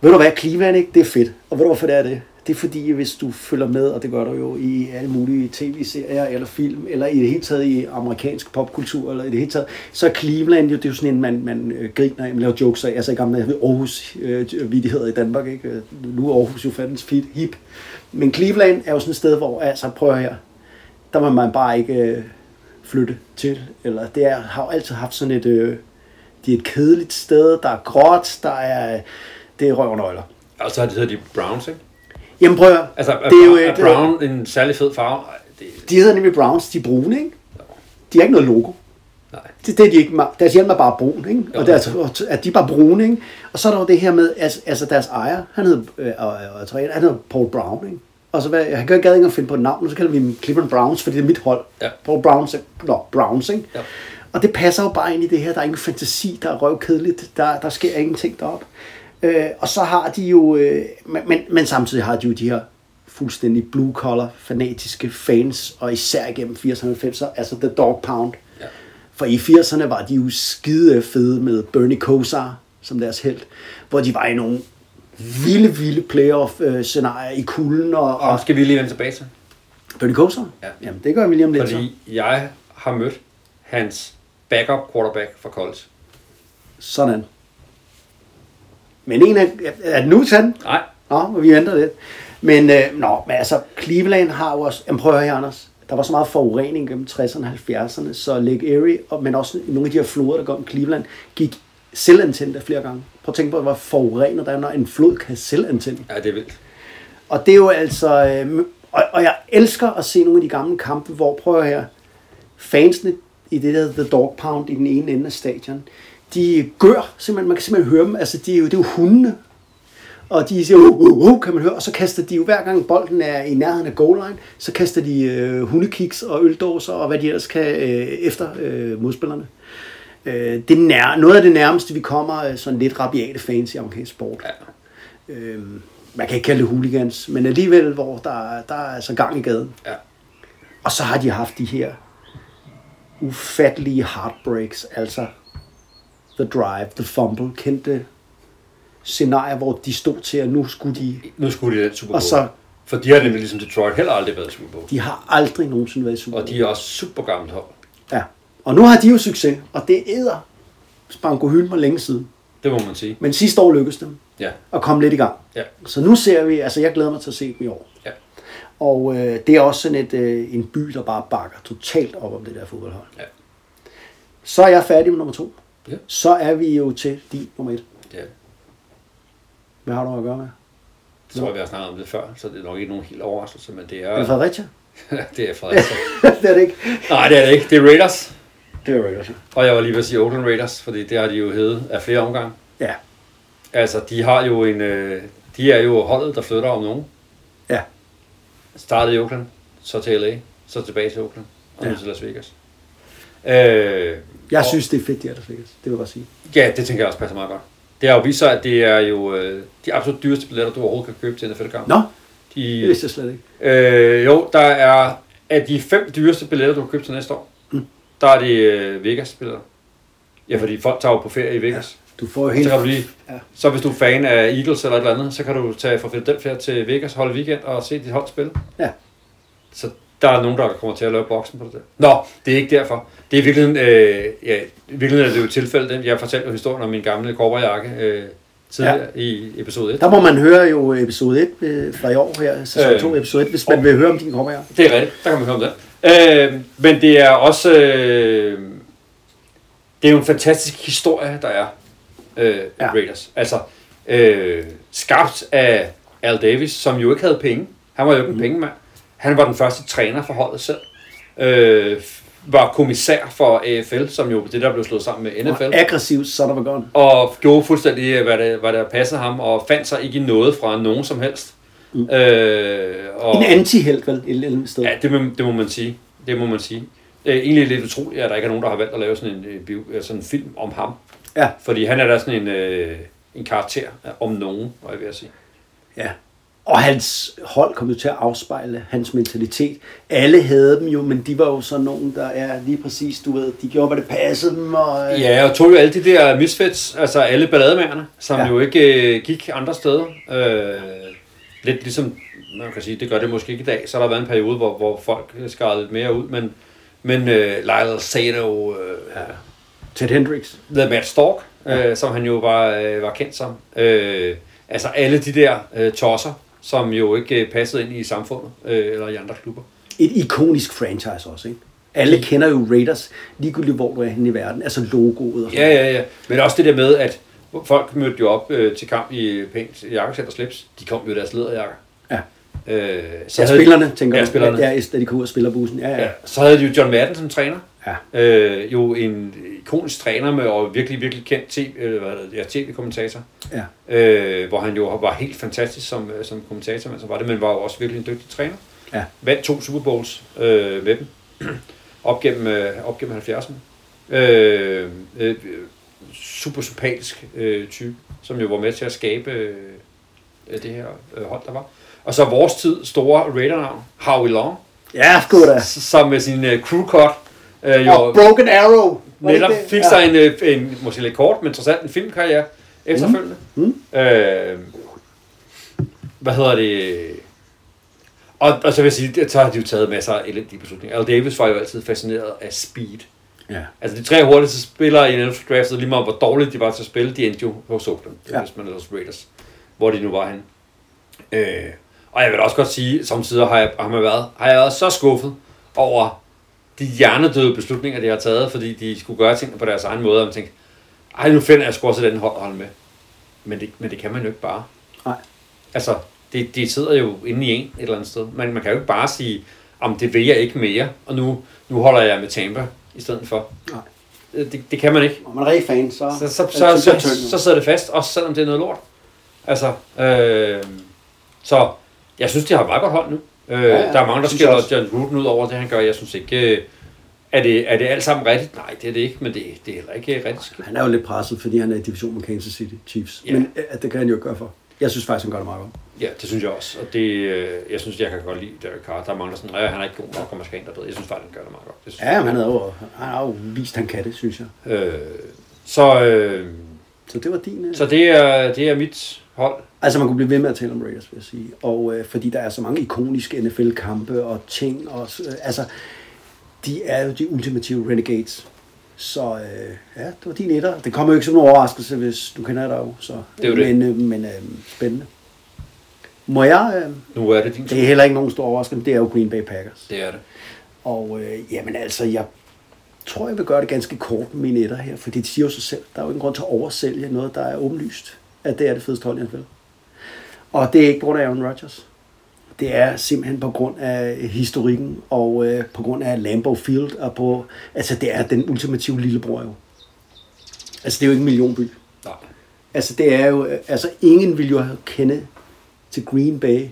S2: Ved du hvad, Cleveland, ikke? det er fedt. Og ved du hvorfor det er det? Det er fordi, hvis du følger med, og det gør du jo i alle mulige tv-serier eller film, eller i det hele taget i amerikansk popkultur, eller i det hele taget, så er Cleveland jo, det er jo sådan en, man, man øh, griner af, man laver jokes af. Altså i gamle dage, Aarhus øh, vidigheder i Danmark, ikke? Øh, Nu er Aarhus jo fandens fit, hip. Men Cleveland er jo sådan et sted, hvor, altså prøv her, der må man bare ikke øh, flytte til. Eller det er, har jo altid haft sådan et, øh, det er et kedeligt sted, der er gråt, der er, øh, det er røvnøgler.
S3: Og så Altså, hedder de Browns, ikke?
S2: Jamen prøv at høre.
S3: Altså,
S2: det er jo,
S3: er
S2: det,
S3: brown en særlig fed farve? Ej, det,
S2: De hedder nemlig Browns, de er brune, ikke? De har ikke noget logo.
S3: nej.
S2: Det, det er de ikke. ma- Deres hjelm er bare brun, ikke?
S3: Jo.
S2: Og deres, at de er bare brune, ikke? Og så er der jo det her med, altså, altså deres ejer, han hed, øh, og, og træner, han hed Paul Brown, ikke? Og så hvad, han kan ikke gad ikke at finde på et navn, og så kalder vi dem Cleveland Browns, fordi det er mit hold.
S3: Ja.
S2: Paul Browns, ikke? Nå, Browns, ikke?
S3: Ja.
S2: Og det passer jo bare ind i det her. Der er ingen fantasi, der er røvkedeligt. Der, der sker ingenting derop. Øh, og så har de jo... Øh, men, men, men samtidig har de jo de her fuldstændig blue-collar, fanatiske fans, og især igennem 80'erne og 90'erne, altså The Dog Pound.
S3: Ja.
S2: For i 80'erne var de jo skide fede med Bernie Kosar som deres held, hvor de var i nogle vilde, vilde playoff-scenarier i kulden. Og,
S3: Og
S2: og
S3: skal vi lige vende tilbage til?
S2: Bernie Kosar?
S3: Ja.
S2: Jamen, det gør vi lige om lidt. så.
S3: Fordi jeg har mødt hans backup quarterback fra college.
S2: Sådan. Men en af... Er det nu, Tan?
S3: Nej,
S2: Nå, men vi venter lidt. Men, øh, nå, men altså, Cleveland har jo også... Jamen, prøv at høre her, Anders. Der var så meget forurening gennem 60'erne og 70'erne, så Lake Erie, og, men også nogle af de her floder, der går om Cleveland, gik selvantændte flere gange. Prøv at tænke på, hvor forurenet der er, når en flod kan selvantænde.
S3: ja, det er vildt.
S2: Og det er jo altså... Øh, og, og jeg elsker at se nogle af de gamle kampe, hvor, prøv her, fansene i det der hedder The Dog Pound i den ene ende af stadion, de gør simpelthen, man kan simpelthen høre dem, altså de er jo, det er jo hundene, og de siger, uh, uh, uh, kan man høre, og så kaster de jo hver gang bolden er i nærheden af goal line, så kaster de øh, hundekiks og øldåser og hvad de ellers kan øh, efter øh, modspillerne. Øh, det er nær, noget af det nærmeste, vi kommer øh, sådan lidt rabiate fans i amerikansk sport. øh, man kan ikke kalde det hooligans, men alligevel, hvor der, der er altså gang i gaden.
S3: Ja.
S2: Og så har de haft de her ufattelige heartbreaks, altså The Drive, The Fumble, kendte scenarier, hvor de stod til, at nu skulle de...
S3: Nu skulle de den Super Bowl.
S2: Og så-
S3: For de har nemlig ligesom Detroit heller aldrig været i Super Bowl.
S2: De har aldrig nogensinde været i Super
S3: Og
S2: Bowl.
S3: de er også super gammelt hold.
S2: Ja. Og nu har de jo succes, og det æder Spanko Hylmer længe siden.
S3: Det må man sige.
S2: Men sidste år lykkedes dem
S3: Ja.
S2: at komme lidt i gang.
S3: Ja.
S2: Så nu ser vi, altså jeg glæder mig til at se dem i år.
S3: Ja.
S2: Og øh, det er også sådan et, øh, en by, der bare bakker totalt op om det der fodboldhold.
S3: Ja.
S2: Så er jeg færdig med nummer to.
S3: Ja.
S2: Så er vi jo til din nummer et.
S3: ja.
S2: Hvad har du at gøre med?
S3: Det tror jeg, vi har snakket om det før, så det er nok ikke nogen helt overraskelse, men det er,
S2: Er det Fredericia?
S3: det er Fredericia.
S2: det er det ikke.
S3: Nej, det er det ikke. Det er Raiders.
S2: Det er Raiders.
S3: Og jeg var lige ved at sige Oakland Raiders, fordi det har de jo heddet af flere omgange.
S2: Ja.
S3: Altså, de har jo en... Øh, de er jo holdet, der flytter om nogen.
S2: Ja.
S3: Startede i Oakland, så til LA, så tilbage til Oakland, og nu
S2: Ja.
S3: til Las Vegas. Øh,
S2: Jeg
S3: og-
S2: synes, det er fedt, de er der fik. Det vil jeg bare sige.
S3: Ja, det tænker jeg også passer meget godt. Det har jo vist sig, at det er jo øh, de absolut dyreste billetter, du overhovedet kan købe til NFL-kamp.
S2: Nå, det
S3: de,
S2: vidste jeg slet ikke.
S3: øh, jo, der er af de fem dyreste billetter, du kan købe til næste år, mm. der er det øh, Vegas-billetter. Ja, fordi folk tager jo på ferie i Vegas.
S2: Du får jo
S3: Ja. Så,
S2: helt...
S3: kan du lige,
S2: Ja.
S3: så hvis du er fan af Eagles eller et eller andet, så kan du tage fra Philadelphia til Vegas, holde weekend og se dit hold spille.
S2: Ja.
S3: Så der er nogen, der kommer til at lave boksen på det der. Nå, det er ikke derfor. Det er virkelig, øh, ja, virkelig er det jo et tilfælde. den- Jeg fortalte jo historien om min gamle korberjakke øh, tidligere ja. i episode 1.
S2: Der må man høre jo episode 1 øh, fra i år her, sæson
S3: Øh.
S2: 2 episode 1, hvis man
S3: Og-
S2: vil høre om din kommer her.
S3: Det er rigtigt, der kan man høre om det. Øh, men det er også... Øh, det er jo en fantastisk historie, der er øh,
S2: Ja.
S3: ja. Raiders. Altså, øh, skabt af Al Davis, som jo ikke havde penge. Han var jo ikke en pengemand. Han var den første træner for holdet selv. Øh, var kommissær for AFL, som jo det der blev slået sammen med NFL
S2: Aggressiv son of a gun.
S3: og gjorde fuldstændig, øh, hvad der, hvad der passede ham, og fandt sig ikke i noget fra nogen som helst. Mm. Øh, og,
S2: En anti-held, vel, et eller andet sted.
S3: Ja, det må, det må man sige. Det må man sige. Øh, egentlig lidt utroligt, at der ikke er nogen, der har valgt at lave sådan en, øh, bio, øh, sådan en film om ham.
S2: Ja.
S3: Fordi han er da sådan en, øh, en karakter om nogen, var jeg ved at sige.
S2: Ja. Og hans hold kom jo til at afspejle hans mentalitet. Alle havde dem jo, men de var jo sådan nogen, der er lige præcis, du ved, de gjorde, hvad det passede dem. Og, øh,
S3: Ja, og tog jo alle de der misfits, altså alle ballademagerne, som
S2: Ja.
S3: ja. jo ikke øh, gik andre steder. Øh, lidt ligesom, man kan sige, det gør det måske ikke i dag, så har der været en periode, hvor, hvor folk skar lidt mere ud, men, men øh, Lyle Sato, øh, ja.
S2: Ted Hendricks.
S3: The Mad Stork, øh, som han jo var, øh, var kendt som. Øh, altså alle de der øh, tosser, som jo ikke øh, passede ind i samfundet øh, eller i andre klubber.
S2: Et ikonisk franchise også, ikke? Alle kender jo Raiders, ligegyldigt hvor du er henne i verden. Altså logoet og sådan
S3: Ja, ja, ja. Men også det der med, at folk mødte jo op øh, til kamp i pænt jakkesæt og slips. De kom jo i deres lederjakker.
S2: ja.
S3: Øh, så
S2: ja
S3: havde-
S2: spillerne, tænker
S3: ja,
S2: man.
S3: spillerne.
S2: Ja, ja, da de kom ud af spillerbussen. Ja, ja.
S3: Ja, så havde de jo John Madden som træner.
S2: Ja.
S3: Øh, jo en ikonisk træner med, og virkelig, virkelig kendt TV, øh, hvad hedder det, ja, tv-kommentator.
S2: ja.
S3: øh, hvor han jo var helt fantastisk som, øh, som kommentator, men så var det, men var jo også virkelig en dygtig træner.
S2: Ja.
S3: Vandt to Super Bowls øh, med dem op gennem, øh, op gennem 70'erne. Øh, øh, super sympatisk øh, type, som jo var med til at skabe øh, øh, det her øh, hold, der var. Og så vores tid store Raider-navn, Howie Long,
S2: ja sgu da.
S3: s- som med sin øh, crew cut øh, jo
S2: Og Broken Arrow. Var det
S3: netop
S2: det?
S3: fik
S2: Ja.
S3: sig en, øh, en måske lidt kort, men trods alt en filmkarriere efterfølgende.
S2: Mm.
S3: Øh, hvad hedder det? Og, og så vil jeg sige, at så har de jo taget masser af elendige beslutninger. Al Davis var jo altid fascineret af speed.
S2: Ja.
S3: Altså de tre hurtigste spillere i NFL draftet, lige meget hvor dårligt de var til at spille, de endte jo hos Oakland,
S2: Ja.
S3: ja. hvis man er hos Raiders, hvor de nu var henne. Øh, og jeg vil også godt sige, samtidig har jeg, har, man været, har jeg været så skuffet over de hjernedøde beslutninger, de har taget, fordi de skulle gøre ting på deres egen måde, og man tænkte, ej, nu finder jeg sgu også den hold, hold med. Men det, men det kan man jo ikke bare.
S2: Nej.
S3: Altså, det, det sidder jo inde i en et eller andet sted. Man, man kan jo ikke bare sige, om det vil jeg ikke mere, og nu, nu holder jeg med Tampa i stedet for.
S2: Nej.
S3: Øh, Det, det kan man ikke.
S2: Når man er rigtig fan, så...
S3: Så, så,
S2: er
S3: så,
S2: det
S3: så,
S2: tynd,
S3: så,
S2: jo.
S3: så sidder det fast, også selvom det er noget lort. Altså, øh, så jeg synes, de har et meget godt hold nu. Øh, ja,
S2: ja,
S3: ja, der er mange, der
S2: synes jeg
S3: skiller
S2: også.
S3: John Gruden ud over det, han gør. Jeg synes ikke... Øh, er det, er det alt sammen rigtigt? Nej, det er det ikke, men det, det er heller ikke øh, rigtig skidt.
S2: Han er jo lidt presset, fordi han er i division med Kansas City Chiefs.
S3: Ja.
S2: Men øh, det kan han jo ikke gøre for. Jeg synes faktisk, han gør det meget godt.
S3: Ja, det synes jeg også. Og det, øh, jeg synes, jeg kan godt lide Derek Carr. Der mangler sådan, at han er ikke god nok, og man skal ind og død. Jeg synes faktisk, han gør det meget godt. Det synes
S2: Ja, men han har jo, han har jo vist, han kan det, synes jeg.
S3: jeg. Øh, så, øh,
S2: Så det var din... øh,
S3: så det, er, det er mit hold.
S2: Altså, man kunne blive ved med at tale om Raiders, vil jeg sige. Og øh, fordi der er så mange ikoniske NFL-kampe og ting. Og, øh, altså, de er jo de ultimative renegades. Så øh, ja, det var din etter. Det kommer jo ikke som en overraskelse, hvis du kender dig jo. Så.
S3: Det er jo det.
S2: Men, øh, men øh, spændende. Må jeg... Øh,
S3: Nu er det din tur.
S2: det er heller ikke nogen stor overraskelse, men det er jo Green Bay Packers.
S3: Det er det.
S2: Og øh, jamen altså, jeg tror, jeg vil gøre det ganske kort med mine etter her, for det siger jo sig selv. Der er jo ingen grund til at oversælge noget, der er åbenlyst, at det er det fedeste hold i NFL. Og det er ikke på grund af Aaron Rodgers. Det er simpelthen på grund af historikken, og øh, på grund af Lambeau Field, og på, altså det er den ultimative lillebror jo. Altså det er jo ikke en millionby.
S3: Nej.
S2: Altså, det er jo, altså ingen ville jo have kende til Green Bay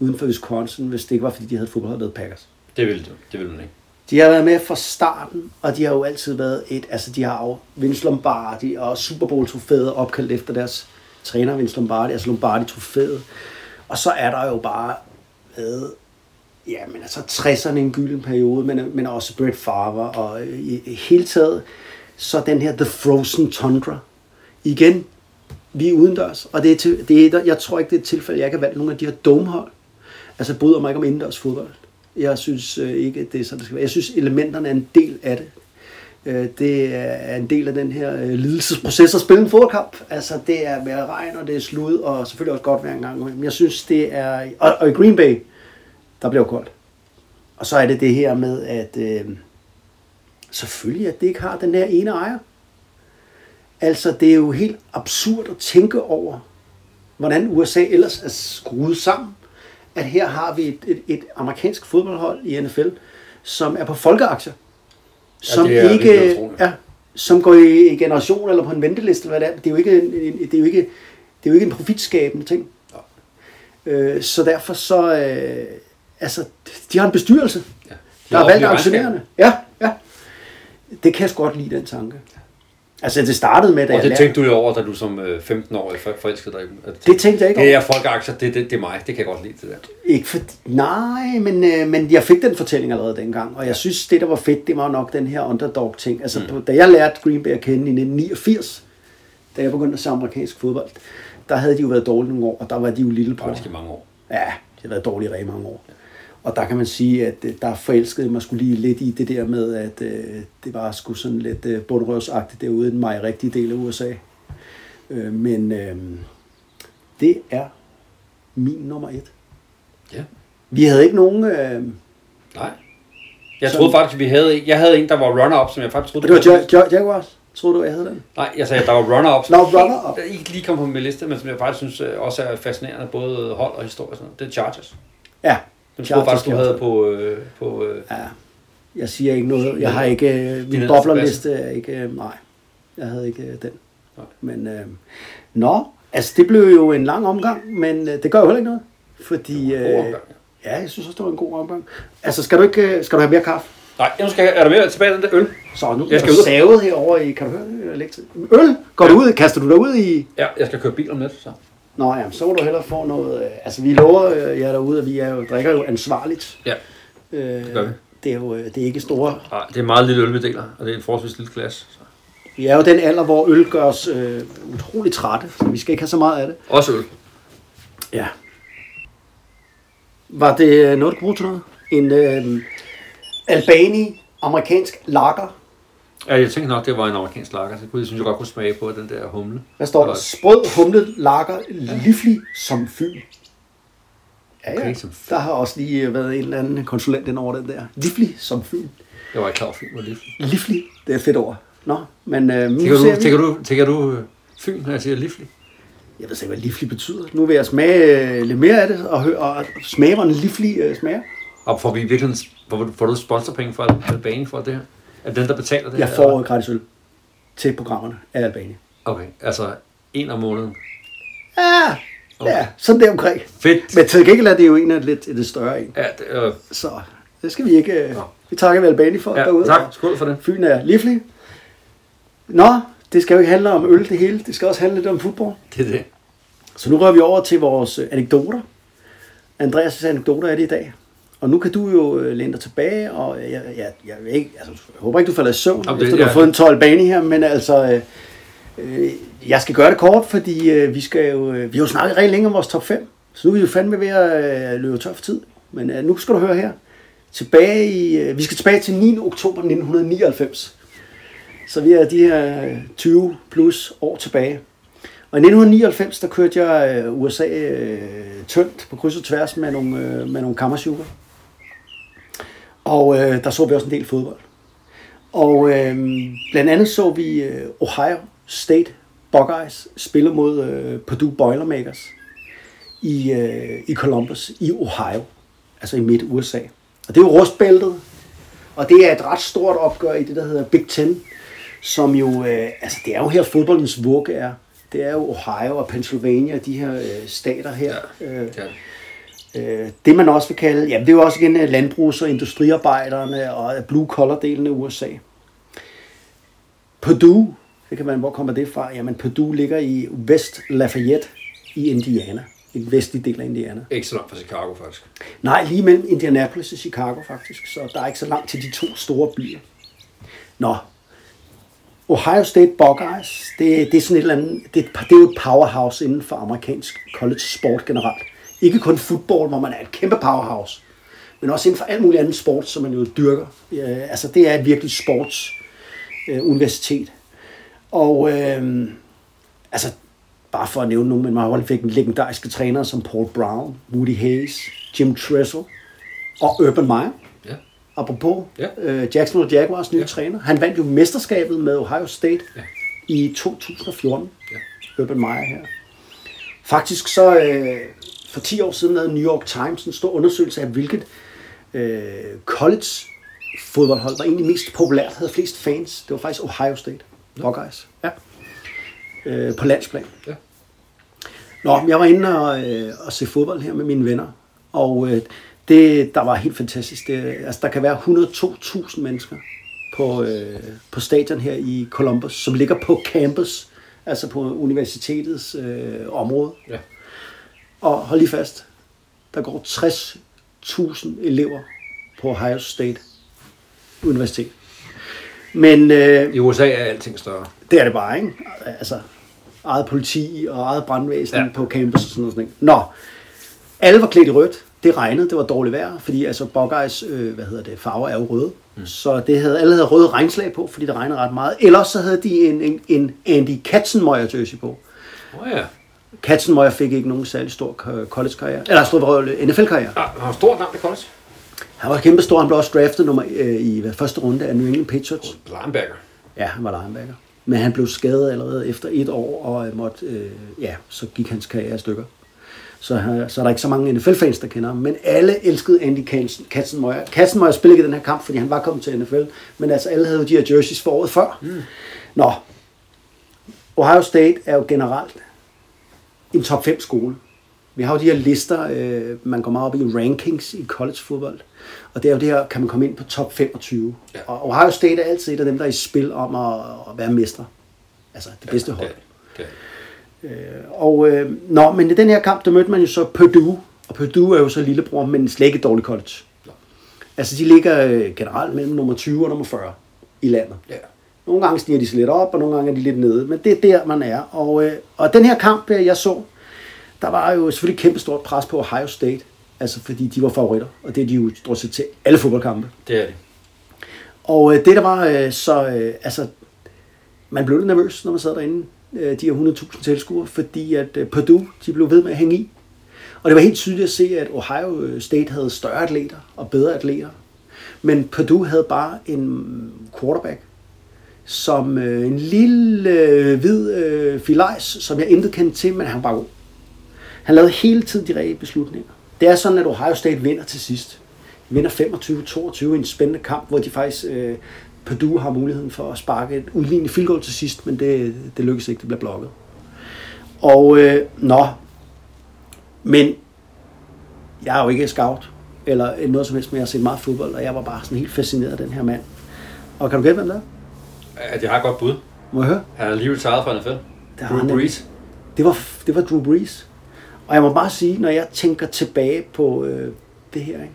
S2: uden for Wisconsin, hvis det ikke var, fordi de havde fodboldholdet der hed Packers.
S3: Det vil, det vil man ikke.
S2: De har været med fra starten, og de har jo altid været et, altså de har jo Vince Lombardi og Super Bowl trofæet opkaldt efter deres træner Vince Lombardi, altså Lombardi trofæet. Og så er der jo bare været, ja, men altså 60'erne en gylden periode, men, men også Brett Favre og øh, i, i hele taget, så den her The Frozen Tundra. Igen, vi er udendørs, og det er til, det er, jeg tror ikke, det er et tilfælde, jeg kan valgt nogle af de her domhold. Altså, jeg bryder mig ikke om indendørs fodbold. Jeg synes øh, ikke, at det er sådan, det skal være. Jeg synes, elementerne er en del af det. Øh, det er en del af den her øh, lidelsesproces at spille en fodboldkamp. Altså, det er med regn, og det er slud, og selvfølgelig også godt vejr en gang. imellem. Men jeg synes, det er... Og, og i Green Bay, der bliver jo koldt. Og så er det det her med, at øh, selvfølgelig, at det ikke har den her ene ejer. Altså, det er jo helt absurd at tænke over, hvordan USA ellers er skruet sammen. At her har vi et, et, et amerikansk fodboldhold i NFL, som er på folkeaktier. Som
S3: det er virkelig
S2: ikke
S3: utroligt.
S2: ja, som går i i generation eller på en venteliste eller hvad det er. Det er jo ikke en, en, det er jo ikke, det er jo ikke en profitskabende ting. Øh, så derfor så, øh, altså, de har en bestyrelse, ja. der har valgt
S3: offentlige
S2: aktionærerne. Ja, ja. Det kan jeg sgu godt lide, den tanke. Altså, det startede med, da
S3: Og
S2: jeg
S3: det tænkte du jo over, da du som øh, 15-årig for- forelskede dig. i dem. At
S2: Det tænkte jeg ikke over.
S3: Det er folkeaktier, det, det, det er mig. Det kan jeg godt lide, det der.
S2: Ikke for, nej, men, øh, men jeg fik den fortælling allerede dengang, og jeg synes, det der var fedt, det var nok den her underdog-ting. Altså, mm. da jeg lærte Green Bay at kende i 1989, da jeg begyndte at se amerikansk fodbold, der havde de jo været dårlige nogle år, og der var de jo lillebror.
S3: Faktisk i mange år.
S2: Ja, det har været dårligt i rigtig mange år. Og der kan man sige, at øh, der forelskede mig skulle lige lidt i det der med, at øh, det var sgu sådan lidt øh, bundrøvsagtigt derude i den meget rigtige del af USA. Øh, men øh, det er min nummer et.
S3: Ja.
S2: Vi havde ikke nogen... Øh,
S3: Nej. Jeg troede faktisk, vi havde en. Jeg havde en, der var runner-up, som jeg faktisk troede...
S2: det var Ja- Ja- Jaguars. Tror du, jeg havde den?
S3: Nej, jeg sagde, der var runner-up. som
S2: Nå, runner-up.
S3: Der ikke lige kom på min liste, men som jeg faktisk synes øh, også er fascinerende, både hold og historie. og Sådan noget. Det er Chargers.
S2: Ja.
S3: Den troede jeg faktisk, du havde på... Øh, på øh,
S2: Ja. Jeg siger ikke noget. Jeg har ikke... Øh, min
S3: ned til
S2: boblerliste er ikke... Øh, nej, jeg havde ikke øh, den.
S3: Nej.
S2: Men, øh, nå, altså det blev jo en lang omgang, men øh, det gør jo heller ikke noget. Fordi... øh,
S3: Det var en god omgang,
S2: ja, jeg synes også, det var en god omgang. Altså, skal du ikke øh, skal du have mere kaffe?
S3: Nej, nu skal jeg, er der mere tilbage i den der øl?
S2: Så nu
S3: Jeg
S2: jeg
S3: skal
S2: skal
S3: ud.
S2: savet herovre i... Kan du høre det? Elektrik? Øl? Går du ud? Kaster du dig ud i...
S3: Ja, jeg skal køre bil om lidt, så.
S2: Nå ja, så må du hellere få noget... Øh, altså, vi lover øh, jer derude, at vi er jo, drikker jo ansvarligt.
S3: Ja.
S2: Øh,
S3: gør vi.
S2: det er jo øh, det er ikke store
S3: Nej, det er meget lille øl, vi deler, og det er et forholdsvis lille glas. Så.
S2: Vi er jo den alder, hvor øl gør os øh, utrolig trætte, så vi skal ikke have så meget af det.
S3: Også øl.
S2: Ja. Var det øh, noget, du kunne bruge til noget? En øh, albani amerikansk lager.
S3: Ja, jeg tænkte nok, det var en amerikansk lager, så det kunne- jeg synes, jeg godt kunne smage på den der humle.
S2: Hvad står der?
S3: Og-
S2: Sprød, humlet, lager, livlig som fyn. Ja, ja.
S3: Okay, som Fyn.
S2: Der har også lige øh, været en eller anden konsulent ind over den der. Livlig som fyn.
S3: Jeg var ikke klar over Fyn var lige.
S2: Livlig, det er et fedt ord. Nå, men øh, nu
S3: Tænker du,
S2: ser vi...
S3: tænker du, tænker du øh, Fyn, når jeg siger Lifli?
S2: Jeg ved slet ikke, hvad livlig betyder. Nu vil jeg smage øh, lidt mere af det, og, høre, og smage, hvordan livlig øh, smager.
S3: Og får vi i virkeligheden, får, du- får du sponsorpenge fra Albanien for det her? Er det den, der betaler det
S2: Jeg
S3: her,
S2: får
S3: eller?
S2: gratis øl til programmerne af Albanien.
S3: Okay, altså en om måneden.
S2: Ja, ja sådan der omkring.
S3: Fedt.
S2: Men til gengæld er det jo en af lidt, lidt større en.
S3: Ja, det, øh,
S2: Så det skal vi ikke... øh, Vi takker vel Albanien for
S3: ja,
S2: derude.
S3: tak. Skål for det.
S2: Fyn er livlig. Nå, det skal jo ikke handle om øl det hele. Det skal også handle lidt om fodbold.
S3: Det er det.
S2: Så nu rører vi over til vores øh, anekdoter. Andreas' anekdoter er det i dag. Og nu kan du jo øh, læne dig tilbage, og øh, jeg, jeg, jeg, ved ikke, altså, jeg håber ikke, du falder i søvn,
S3: Jamen,
S2: Jamen,
S3: det-
S2: efter du har
S3: ja.
S2: fået en 12 bane her, men altså, øh, øh, jeg skal gøre det kort, fordi øh, vi, skal jo, øh, vi har jo snakket rigtig længe om vores top 5, så nu er vi jo fandme ved at øh, løbe tør for tid. Men øh, nu skal du høre her. Tilbage i, øh, vi skal tilbage til 9. oktober 1999. Så vi er de her øh, 20 plus år tilbage. Og i 1999, der kørte jeg øh, USA øh, tyndt på kryds og tværs med nogle, øh, med nogle kammersugar. Og øh, der så vi også en del fodbold. Og øh, blandt andet så vi øh, Ohio State Buckeyes spille mod øh, Purdue Boilermakers i, øh, i Columbus, i Ohio, altså i midt USA. Og det er jo rustbæltet, og det er et ret stort opgør i det, der hedder Big Ten, som jo, øh, altså det er jo her fodboldens vugge er. Det er jo Ohio og Pennsylvania, de her øh, stater her. øh,
S3: Ja.
S2: Øh, det man også vil kalde, jamen det er jo også igen øh, landbrugs- og industriarbejderne og øh, blue collar delen af USA. Purdue, det kan man, hvor kommer det fra? Jamen Purdue ligger i West Lafayette i Indiana. I den vestlige del af Indiana.
S3: Ikke så langt fra Chicago, faktisk.
S2: Nej, lige mellem Indianapolis og Chicago faktisk, så der er ikke så langt til de to store byer. Nå, Ohio State Buckeyes, det, det er sådan et eller andet, det, er et- det er jo et powerhouse inden for amerikansk college sport generelt. Ikke kun fodbold, hvor man er et kæmpe powerhouse, men også inden for alt muligt andet sport, som man jo dyrker. Øh, altså, det er et virkelig sports øh, universitet. Og øh, altså, bare for at nævne nogle, men Marvel fik en legendariske trænere som Paul Brown, Woody Hayes, Jim Tressel og Urban Meyer.
S3: Ja.
S2: Apropos
S3: Ja.
S2: øh, Jacksonville Jaguars nye træner. Han vandt jo mesterskabet med Ohio State
S3: Ja.
S2: i 2014. Urban Meyer her. Faktisk så øh, for 10 år siden lavede New York Times en stor undersøgelse af, hvilket øh, college fodboldhold var egentlig mest populært, havde flest fans. Det var faktisk Ohio State. Buckeyes. Ja. Øh, på landsplan.
S3: Ja.
S2: Nå, men jeg var inde og, øh, og se fodbold her med mine venner, og øh, det, der var helt fantastisk. Det, altså, der kan være 102.000 mennesker på, øh, på stadion her i Columbus, som ligger på campus, altså på universitetets øh, område.
S3: Ja.
S2: Og hold lige fast, der går 60.000 elever på Ohio State Universitet. Men øh,
S3: I USA er alting større.
S2: det er det bare, ikke? Altså, eget politi og eget brandvæsen ja.
S3: Ja.
S2: på campus og sådan noget. Sådan noget. Nå, alle var klædt i rødt. Det regnede, det var dårligt vejr, fordi altså Buckeyes, øh, hvad hedder det, farver er jo røde. Mm. Så det havde, alle havde røde regnslag på, fordi det regnede ret meget. Ellers så havde de en, en, en Andy Katzenmøjer jersey på.
S3: Åh oh, ja.
S2: Katzenmøjer fik ikke nogen særlig stor øh, college-karriere, eller stor NFL-karriere.
S3: Ah, han har stor navn i college.
S2: Han var kæmpe stor, han blev også draftet nummer, øh, i hvad, første runde af New England Patriots.
S3: Larmberger.
S2: Ja, han var linebacker. Men han blev skadet allerede efter et år, og øh, måtte, øh, ja, så gik hans karriere i stykker. Så, øh, så er der ikke så mange NFL-fans, der kender ham. Men alle elskede Andy Katzenmøjer. Katzenmøjer. Katzenmøjer spillede ikke i den her kamp, fordi han var kommet til NFL. Men altså, alle havde jo de her jerseys for året før. Mm. Nå, Ohio State er jo generelt en top 5 skole. Vi har jo de her lister, øh, man går meget op i rankings i collegefodbold. Og det er jo det her, kan man komme ind på top 25. Ja.
S3: Ja.
S2: Og Ohio State er altid et af dem, der er i spil om at, at være mestre. Altså det bedste hold.
S3: Ja. ja.
S2: Og øh, nå, men i den her kamp, der mødte man jo så Purdue. Og Purdue er jo så lillebror, men slet ikke et dårligt college.
S3: Nå.
S2: Altså de ligger øh, generelt mellem nummer 20 og nummer 40 i landet.
S3: Ja.
S2: Nogle gange stiger de sig lidt op, og nogle gange er de lidt nede. Men det er der, man er. Og, øh, og den her kamp, øh, jeg så, der var jo selvfølgelig kæmpe stort pres på Ohio State. Altså fordi de var favoritter, og det er de jo stort set til alle fodboldkampe.
S3: Det er det.
S2: Og øh, det der var øh, så, øh, altså, man blev lidt nervøs, når man sad derinde, øh, de her 100.000 tilskuere, fordi at øh, Purdue, de blev ved med at hænge i. Og det var helt tydeligt at se, at Ohio øh, State havde større atleter og bedre atleter. Men Purdue havde bare en quarterback, som øh, en lille øh, hvid øh, filajs, som jeg intet kendte til, men han var god. Han lavede hele tiden de rigtige beslutninger. Det er sådan, at Ohio State vinder til sidst. De vinder 25-22 i en spændende kamp, hvor de faktisk, øh, Purdue har muligheden for at sparke et udlignende field goal til sidst, men det, det lykkes ikke, det bliver blokket. Og øh, nå, men jeg er jo ikke scout eller noget som helst, men jeg har set meget fodbold, og jeg var bare sådan helt fascineret af den her mand. Og kan du gætte, hvem det er?
S3: At jeg har et godt bud.
S2: Må jeg høre?
S3: Han er lige retired fra NFL.
S2: har
S3: Drew
S2: han nemlig.
S3: Brees.
S2: det var, det var Drew Brees. Og jeg må bare sige, når jeg tænker tilbage på øh, det her, ikke?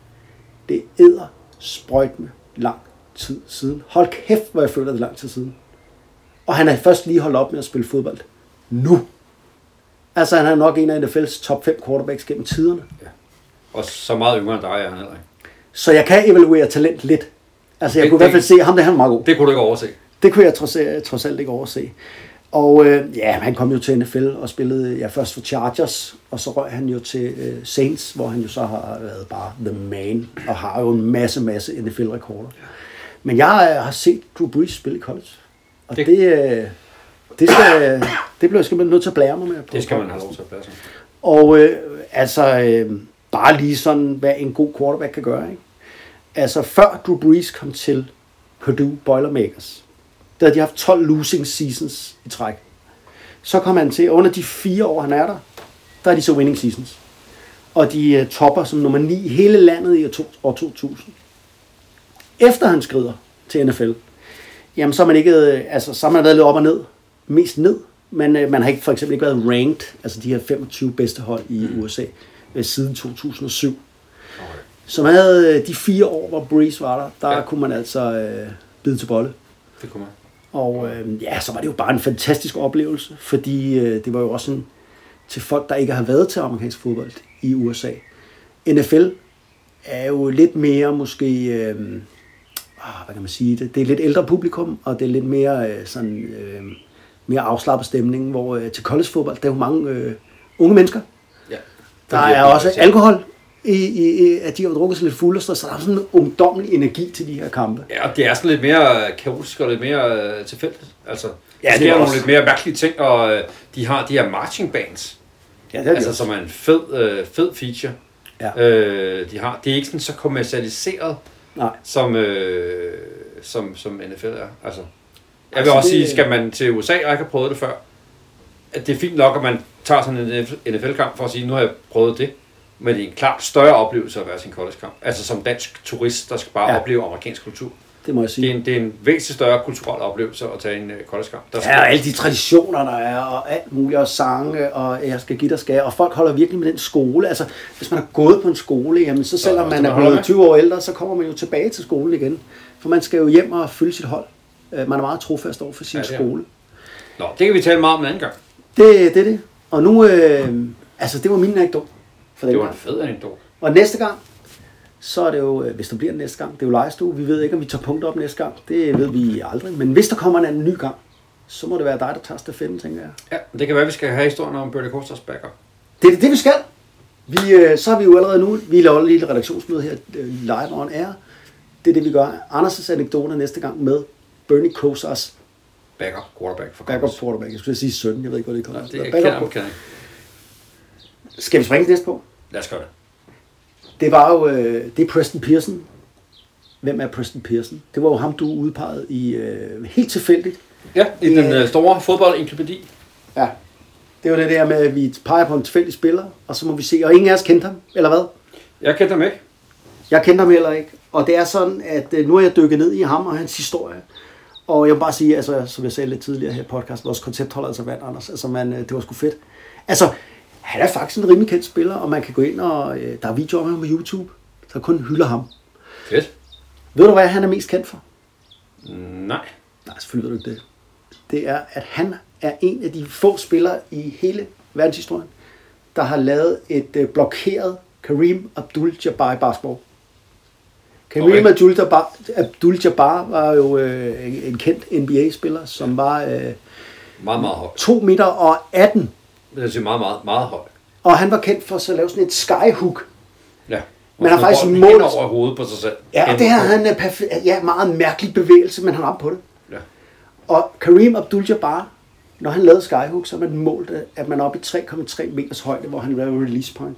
S2: det æder sprøjt med lang tid siden. Hold kæft, hvor jeg føler det er lang tid siden. Og han er først lige holdt op med at spille fodbold. Nu! Altså, han er nok en af NFL's top 5 quarterbacks gennem tiderne.
S3: Og så meget yngre end dig er han heller ikke.
S2: Så jeg kan evaluere talent lidt. Altså, jeg
S3: Det-
S2: kunne i hvert
S3: det-
S2: fald se, at ham der, han er meget god.
S3: Det kunne du ikke overse.
S2: Det kunne jeg trods, øh, trods alt ikke overse. Og øh, ja, han kom jo til NFL og spillede ja, først for Chargers, og så røg han jo til øh, Saints, hvor han jo så har været bare the man, og har jo en masse, masse NFL-rekorder. Men jeg øh, har set Drew Brees spille i college, og det,
S3: Det-
S2: det, øh, det, skal, det bliver jeg simpelthen nødt til at blære mig med. På
S3: Det skal man have lov til at passe.
S2: og øh, altså, øh, bare lige sådan, hvad en god quarterback kan gøre. Ikke? Altså, før Drew Brees kom til Purdue Boilermakers, der havde de haft 12 losing seasons i træk. Så kom han til, og under de fire år, han er der, der er de så winning seasons. Og de øh, topper som nummer 9 i hele landet i år to- år 2000. Efter han skrider til NFL, jamen så har man ikke, øh, altså så har man været lidt op og ned, mest ned, men øh, man har ikke for eksempel ikke været ranked, altså de her 25 bedste hold i USA, øh, siden 2007. Så man havde øh, de fire år, hvor Breeze var der, der
S3: Ja.
S2: kunne man altså øh, bide til bolle.
S3: Det kunne man.
S2: Og øh, ja, så var det jo bare en fantastisk oplevelse, fordi øh, det var jo også en, til folk, der ikke har været til amerikansk fodbold i USA. NFL er jo lidt mere måske, øh, ah, hvad kan man sige det, det er lidt ældre publikum, og det er lidt mere øh, sådan, øh, mere afslappet stemning, hvor øh, til college fodbold, der er jo mange øh, unge mennesker,
S3: Ja.
S2: der er også alkohol, i, i, i, at de har drukket sig lidt fulde, så der er sådan en ungdommelig energi til de her kampe.
S3: Ja, og det er sådan lidt mere øh, kaotisk og lidt mere øh, tilfældigt. Altså, ja,
S2: det
S3: der
S2: er
S3: sker nogle
S2: også-
S3: lidt mere mærkelige ting, og øh, de har de her marching bands,
S2: Ja, det er
S3: altså, som er en fed, øh, fed feature.
S2: Ja.
S3: Øh, de har. Det er ikke sådan så kommercialiseret,
S2: Nej.
S3: som, øh, som, som NFL er. Altså, jeg
S2: Altså,
S3: vil altså, også
S2: det-
S3: sige, skal man til USA, og jeg ikke har prøvet det før, at det er fint nok, at man tager sådan en NFL-kamp for at sige, nu har jeg prøvet det, men det er en klart større oplevelse at være til en college-kamp. Altså som dansk turist, der skal bare
S2: Ja.
S3: ja. opleve amerikansk kultur.
S2: Det må jeg sige.
S3: Det er en, det er en væsentlig større kulturel oplevelse at tage en øh, college-kamp. Der
S2: Ja, og alle de traditioner, der er, og alt muligt, og sange, og jeg skal give dig skal, og folk holder virkelig med den skole. Altså, hvis man har gået på en skole, jamen, så selvom
S3: også
S2: man
S3: det,
S2: er
S3: man holder
S2: blevet
S3: med.
S2: 20 år ældre, så kommer man jo tilbage til skolen igen. For man skal jo hjem og fylde sit hold. Øh, Man er meget trofast over for sin
S3: Ja,
S2: ja,
S3: det er.
S2: skole.
S3: Nå, det kan vi tale meget om en anden gang.
S2: Det, det er det. Og nu, øh, altså, det var min anekdote for den
S3: Det var en
S2: gang.
S3: fed anekdote.
S2: Og næste gang, så er det jo, øh, hvis der bliver en næste gang, det er jo lejestue. Vi ved ikke, om vi tager punkter op næste gang. Det ved vi aldrig. Men hvis der kommer en anden ny gang, så må det være dig, der tager stafetten, tænker jeg.
S3: Ja, det kan være, vi skal have historien om Bernie Kosters backup.
S2: Det er det, vi skal. Vi, øh, så er vi jo allerede nu, vi laver et lille redaktionsmøde her, øh, live on air. Det er det, vi gør. Anders' anekdoter næste gang med Bernie Kosars
S3: Backup, quarterback for
S2: backup
S3: Cowboys.
S2: quarterback. Jeg skulle sige 17, jeg ved ikke, hvor det kommer.
S3: Det er
S2: Backup-
S3: kender, kender jeg.
S2: Skal vi springe til næste på?
S3: Lad os gøre det.
S2: Det var jo, øh, det er Preston Pearson. Hvem er Preston Pearson? Det var jo ham, du udpegede i, øh, helt tilfældigt.
S3: Ja, i
S2: Det er-
S3: den øh, store fodboldencyklopædi.
S2: Ja. Det var det der med, at vi peger på en tilfældig spiller, og så må vi se, og ingen af os kendte ham, eller hvad?
S3: Jeg kendte ham ikke.
S2: Jeg kendte ham heller ikke. Og det er sådan, at øh, nu er jeg dykket ned i ham og hans historie. Og jeg vil bare sige, altså, som jeg sagde lidt tidligere her i podcasten, vores koncept holder altså vand, Anders. Altså, man, øh, det var sgu fedt. Altså, han er faktisk en rimelig kendt spiller, og man kan gå ind og... Øh, der er videoer med ham på YouTube, der kun hylder ham.
S3: Fedt.
S2: Ved du, hvad han er mest kendt for?
S3: Nej.
S2: Nej, selvfølgelig ved du ikke det. Det er, at han er en af de få spillere i hele verdenshistorien, der har lavet et øh, blokeret Kareem Abdul-Jabbar i basketball. Kareem
S3: Okay.
S2: okay. Abdul-Jabbar var jo øh, en- en kendt NBA-spiller, som var øh,
S3: Meget, meget høj.
S2: 2 meter og 18,
S3: Det vil sige meget, meget, meget høj.
S2: og han var kendt for så at lave sådan et skyhook.
S3: Ja.
S2: Men han har faktisk målt-
S3: målt over hovedet på sig selv.
S2: Ja, og det her havde han en perf- ja, meget mærkelig bevægelse, men han ramte på det.
S3: Ja.
S2: Og Kareem Abdul-Jabbar, når han lavede skyhook, så man målte, at man er oppe i 3,3 meters højde, hvor han lavede release point.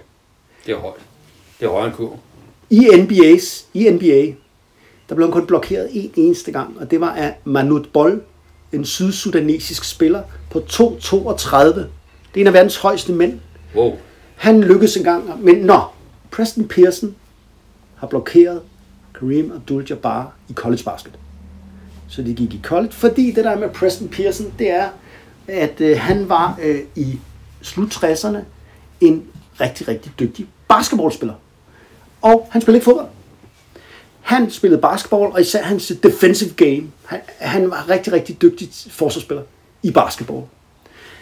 S3: Det er højt. Det er højere end kurven.
S2: I, NBA's, I NBA, der blev han kun blokeret en eneste gang, og det var af Manut Bol, en sydsudanesisk spiller på 2,32. Det er en af verdens højeste mænd.
S3: Wow.
S2: Han lykkedes engang, men nå, Preston Pearson har blokeret Kareem Abdul-Jabbar i college basket. Så de gik i college, fordi det der med Preston Pearson, det er, at øh, han var øh, i slut 60'erne en rigtig, rigtig dygtig basketballspiller. Og han spillede ikke fodbold. Han spillede basketball, og især hans defensive game. Han, han var rigtig, rigtig dygtig forsvarsspiller i basketball.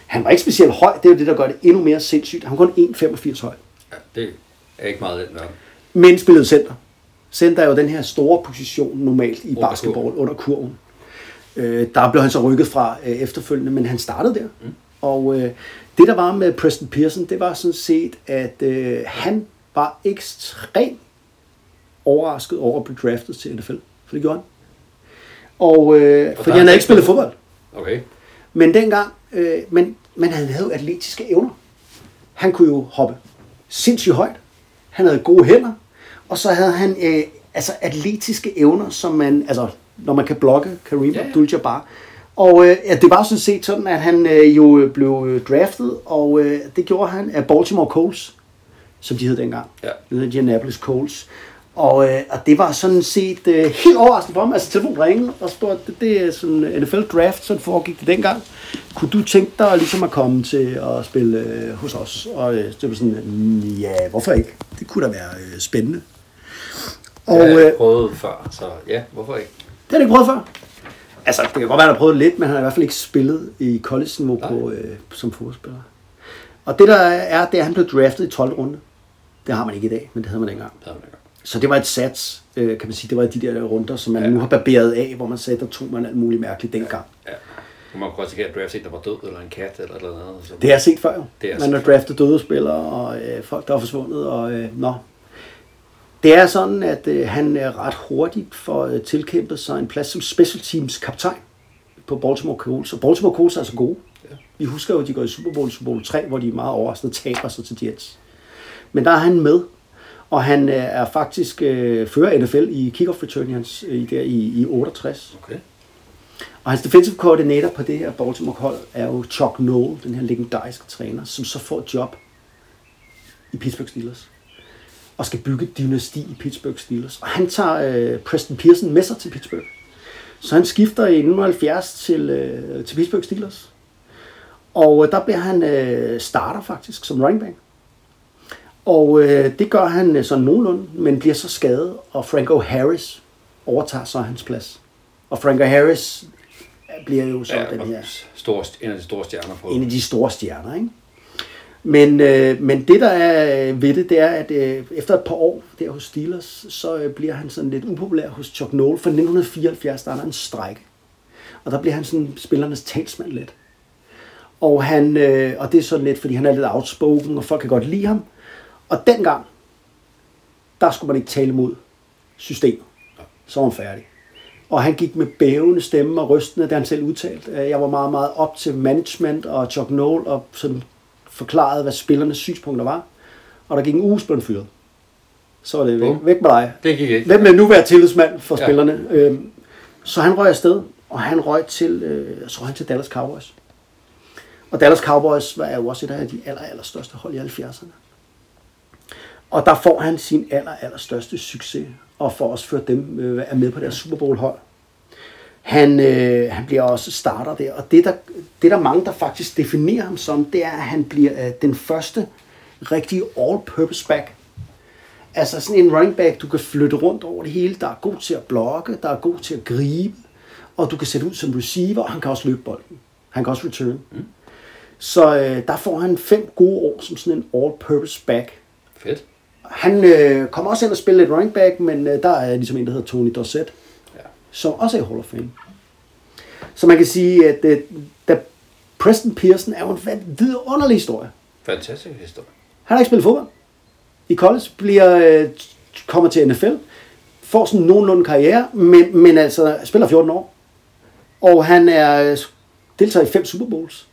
S2: Han var ikke specielt høj, det er jo det, der gør det endnu mere sindssygt. Han var kun 1,85 høj.
S3: Ja, det er ikke meget den verden.
S2: Men spillede center. Center er jo den her store position normalt i
S3: Under
S2: basketball
S3: kurven.
S2: under kurven. Øh, der blev han så rykket fra øh, efterfølgende, men han startede der. Mm. Og øh, det der var med Preston Pearson, det var sådan set, at øh, han var ekstremt overrasket over at blive draftet til NFL. For det gjorde han. Og, øh, fordi
S3: har
S2: han
S3: han
S2: havde
S3: ikke
S2: ikke spillet
S3: spillet.
S2: fodbold.
S3: Okay.
S2: Men dengang, øh, men, men han havde jo atletiske evner. Han kunne jo hoppe sindssygt højt. Han havde gode hænder. Og så havde han øh, altså atletiske evner, som man, altså når man kan blokke Kareem
S3: Ja, ja.
S2: Abdul-Jabbar. Og øh, ja, det var sådan set sådan, at han øh, jo øh, blev øh, draftet, og øh, det gjorde han af Baltimore Colts, som de hed dengang.
S3: Ja.
S2: Det hed Indianapolis Colts. Og, øh, og det var sådan set øh, helt overraskende for mig. Altså telefonen ringede og spurgte, det, det er sådan NFL draft, sådan foregik det dengang. Kunne du tænke dig ligesom at komme til at spille øh, hos os? Og øh, det var sådan, "Mm, ja, hvorfor ikke? Det kunne da være øh, spændende. Og,
S3: Og, jeg har
S2: øh,
S3: ikke prøvet før, så ja, hvorfor ikke?
S2: det har han ikke prøvet før. Altså, det kan godt være, han har prøvet det lidt, men han har i hvert fald ikke spillet i college-niveau på, øh, som fodboldspiller. Og det der er, det er, at han blev draftet i 12. runde. Det har man ikke i dag, men det havde man dengang.
S3: Det har man ikke.
S2: Så det var et sats, øh, kan man sige. Det var de der runder, som man ja. nu har barberet af, hvor man sagde, der tog man alt muligt mærkeligt dengang.
S3: Ja. Nu må man godt sikkert draft en, der var død, eller en kat, eller et eller andet. Så.
S2: Det har jeg set før jo.
S3: Det har jeg
S2: man
S3: set
S2: har draftet døde spillere, og øh, folk, der er forsvundet, og øh, nå. Det er sådan, at øh, han øh, ret hurtigt får øh, tilkæmpet sig en plads som special teams kaptajn på Baltimore Colts. Og Baltimore Colts er altså gode. Ja. Vi husker jo, at de går i Super Bowl, Super Bowl 3, hvor de er meget overraskende taber sig til Jets. Men der er han med, og han øh, er faktisk øh, fører NFL i kickoff return i, hans, i, der i, i 68.
S3: Okay.
S2: Og hans defensive koordinator på det her Baltimore-hold er jo Chuck Noll, den her legendariske træner, som så får et job i Pittsburgh Steelers. Og skal bygge et dynasti i Pittsburgh Steelers. Og han tager øh, Preston Pearson med sig til Pittsburgh. Så han skifter i 1970 til, øh, til Pittsburgh Steelers. Og øh, der bliver han øh, starter faktisk som running back. Og øh, det gør han øh, sådan nogenlunde, men bliver så skadet, og Franco Harris overtager så hans plads. Og Franco Harris bliver jo så ja,
S3: Ja,
S2: den
S3: og
S2: her
S3: store, en af de store stjerner på.
S2: en af de store stjerner, ikke? Men, øh, men det, der er øh, ved det, det er, at øh, efter et par år der hos Steelers, så øh, bliver han sådan lidt upopulær hos Chuck Noll. For 1974 der er der en strække, og der bliver han sådan spillernes talsmand lidt. Og, han, øh, og det er sådan lidt, fordi han er lidt outspoken, og folk kan godt lide ham. Og dengang, der skulle man ikke tale mod systemet. Så var han færdig. Og han gik med bævende stemme og rystende, da han selv udtalte. Øh, Jeg var meget, meget op til management og Chuck Noll, og sådan forklarede, hvad spillernes synspunkter var. Og der gik en uge, så blev han fyret. Så var det væk,
S3: Bum.
S2: væk med dig.
S3: Det gik ikke.
S2: Hvem vil nu være tillidsmand for
S3: Ja.
S2: spillerne? Øhm, så han røg afsted, og han røg til, øh, jeg tror han til Dallas Cowboys. Og Dallas Cowboys var jo også et af de aller, aller største hold i 70'erne. Og der får han sin aller, aller største succes, og får også ført dem øh, er med på deres Super Bowl hold. Han, øh, han bliver også starter der, og det der, det der mange, der faktisk definerer ham som, det er, at han bliver øh, den første rigtige all-purpose back, Altså sådan en running back, du kan flytte rundt over det hele, der er god til at blokke, der er god til at gribe, og du kan sætte ud som receiver, og han kan også løbe bolden. Han kan også return. Mm. Så øh, der får han fem gode år som sådan en all-purpose back.
S3: Fedt.
S2: Han øh, kommer også ind og spiller lidt running back, men øh, der er ligesom en, der hedder Tony Dorsett,
S3: Ja.
S2: som også er i Hall of Fame. Så man kan sige, at øh, da Preston Pearson er jo en vidunderlig historie.
S3: Fantastisk historie.
S2: Han har ikke spillet fodbold. I college bliver, øh, kommer til NFL, får sådan nogenlunde karriere, men, men altså spiller 14 år. Og han er øh, deltager i fem Super Bowls,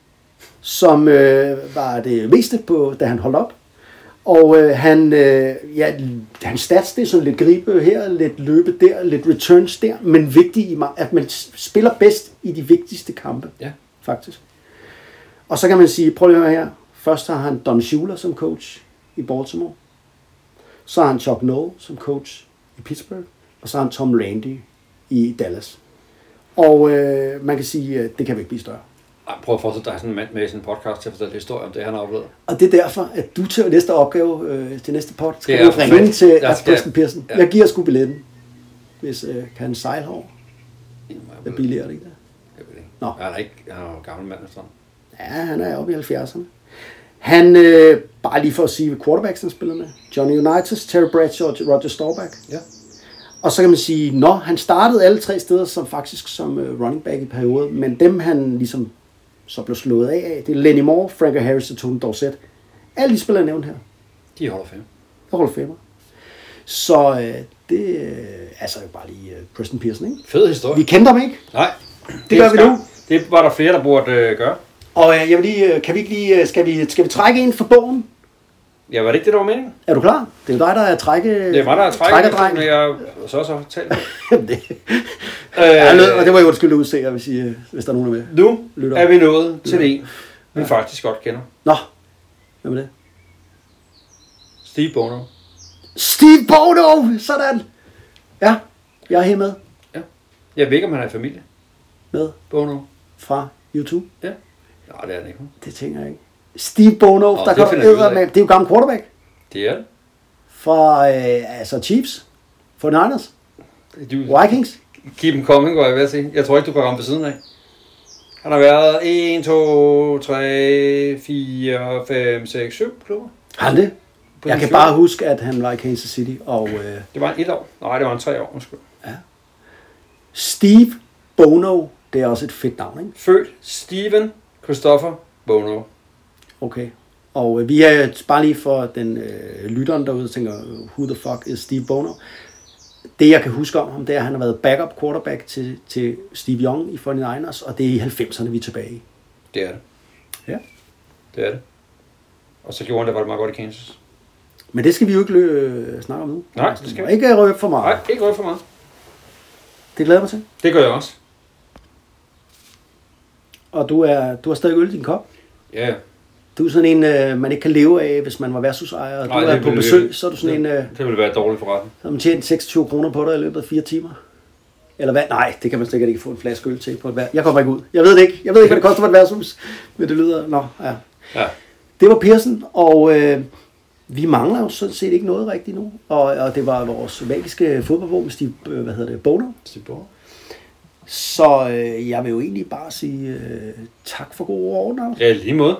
S2: som øh, var det meste, på, da han holdt op. Og øh, han, øh, ja, hans stats, det er sådan lidt gribe her, lidt løbe der, lidt returns der, men vigtigt i, ma- at man s- spiller bedst i de vigtigste kampe
S3: Ja.
S2: faktisk. Og så kan man sige, prøv lige at høre her. Først har han Don Shula som coach i Baltimore. Så har han Chuck Noll som coach i Pittsburgh. Og så har han Tom Randy i Dallas. Og øh, man kan sige, at det kan vi ikke blive større.
S3: Ej, prøv at forestille dig sådan en mand med i sin podcast til at fortælle historier om det, han har oplevet.
S2: Og det er derfor, at du til næste opgave, øh, til næste pot, skal
S3: Det er
S2: du ringe
S3: perfekt.
S2: til
S3: Jeg
S2: Ernst
S3: skal-
S2: Kirsten Pearson.
S3: ja.
S2: Jeg giver sgu billetten, hvis øh, kan sejlhår
S3: Mm.
S2: er billigere, er det ikke det?
S3: Jeg ved det ikke.
S2: Nå.
S3: Han er ikke han er jo en gammel mand og sådan.
S2: Ja, han er oppe i 70'erne. Han, øh, bare lige for at sige, hvad quarterbacks han spiller med. Johnny Unitas, Terry Bradshaw og Roger Staubach.
S3: Ja.
S2: Og så kan man sige, nå, han startede alle tre steder som faktisk som øh, running back i perioden, men dem han ligesom så blev slået af af, det er Lenny Moore, Frank Harris og Tony Dorsett. Alle de spillere, jeg nævnte her,
S3: De holder fem.
S2: er Hall of Famer. Så øh, det øh, altså jo bare lige øh, Preston Pearson, ikke?
S3: Fed historie.
S2: Vi kendte ham ikke,
S3: Nej.
S2: Det
S3: er
S2: gør
S3: en
S2: vi
S3: skam.
S2: nu.
S3: Det var der flere, der burde øh, gøre.
S2: og øh, jeg vil lige, øh, kan vi ikke lige, øh, skal vi, skal vi trække en for bogen?
S3: Ja, var det ikke det, der var meningen?
S2: Er du klar? Det er jo dig, der er trække...
S3: Det er mig, der har trækket,
S2: Øh, trækkerdreng.
S3: men jeg så også har talt.
S2: Jamen, det,
S3: Øh,
S2: jeg lød, og det var jo et skyldig udseer, hvis, I, øh, hvis der er nogen, der er med.
S3: Nu
S2: Lytter.
S3: er vi nået til en, vi faktisk godt kender.
S2: Nå, hvad med det?
S3: Steve Bono.
S2: Steve Bono! Sådan! Ja, jeg er her med.
S3: Ja. Jeg ved ikke, om han er i familie.
S2: Med
S3: Bono.
S2: fra YouTube.
S3: Ja. Nej, det er han ikke.
S2: Det tænker jeg ikke. Steve Bono,
S3: Nå,
S2: der
S3: det
S2: går
S3: finder vi ud af.
S2: edder med. Det er jo gammel quarterback
S3: Det er det.
S2: fra øh, altså Chiefs, for Niners,
S3: Du,
S2: Vikings.
S3: Kim Kongen går jeg ved at sige. Jeg tror ikke, du kan ramme på siden af. Han har været 1, 2, 3, 4, 5, 6, 7 klubber.
S2: Har han det?
S3: På
S2: Jeg
S3: den
S2: kan
S3: fjortende.
S2: bare huske, at han var i Kansas City, og øh,
S3: Det var en et år. Nej, det var en tre år, måske.
S2: Steve Bono, det er også et fedt navn, ikke?
S3: Født Steven Christopher Bono.
S2: Okay. Og øh, vi er bare lige for den øh, lytteren derude, der tænker, who the fuck is Steve Bono? Det, jeg kan huske om ham, det er, at han har været backup quarterback til, til Steve Young i 49ers, og det er i 90'erne, vi er tilbage i.
S3: Det er det.
S2: Ja.
S3: Det er det. Og så gjorde han det, var det meget godt i Kansas.
S2: Men det skal vi jo ikke lø- snakke om nu.
S3: Nej,
S2: Altså,
S3: det skal
S2: må
S3: vi
S2: ikke røbe for meget.
S3: Nej,
S2: Nej.
S3: ikke godt for meget.
S2: Det glæder jeg mig til.
S3: Det gør jeg også.
S2: Og du, er, du har stadig øl i din kop.
S3: Ja, ja.
S2: Du er sådan en, øh, man ikke kan leve af, hvis man var værtshusejer, og
S3: Nej,
S2: du
S3: det
S2: er på
S3: ville-
S2: besøg, så er du sådan en, øh,
S3: Det ville være dårligt for retten.
S2: så har man tjent 26 kroner på dig i løbet af fire timer. Eller hvad? Nej, det kan man sikkert ikke få en flaske øl til på et vær. Jeg kommer ikke ud. Jeg ved det ikke. Jeg ved ikke, hvad det koster på et værtshus. Men det lyder... Nå, ja.
S3: Ja.
S2: Det var Pearson, og øh, vi mangler jo sådan set ikke noget rigtigt nu. Og, og det var vores magiske fodboldvåben, med Steve, øh, hvad hedder det, Bono.
S3: Steve Bono.
S2: Så øh, jeg vil jo egentlig bare sige øh, tak for gode ord, Arnold.
S3: Ja, i lige måde.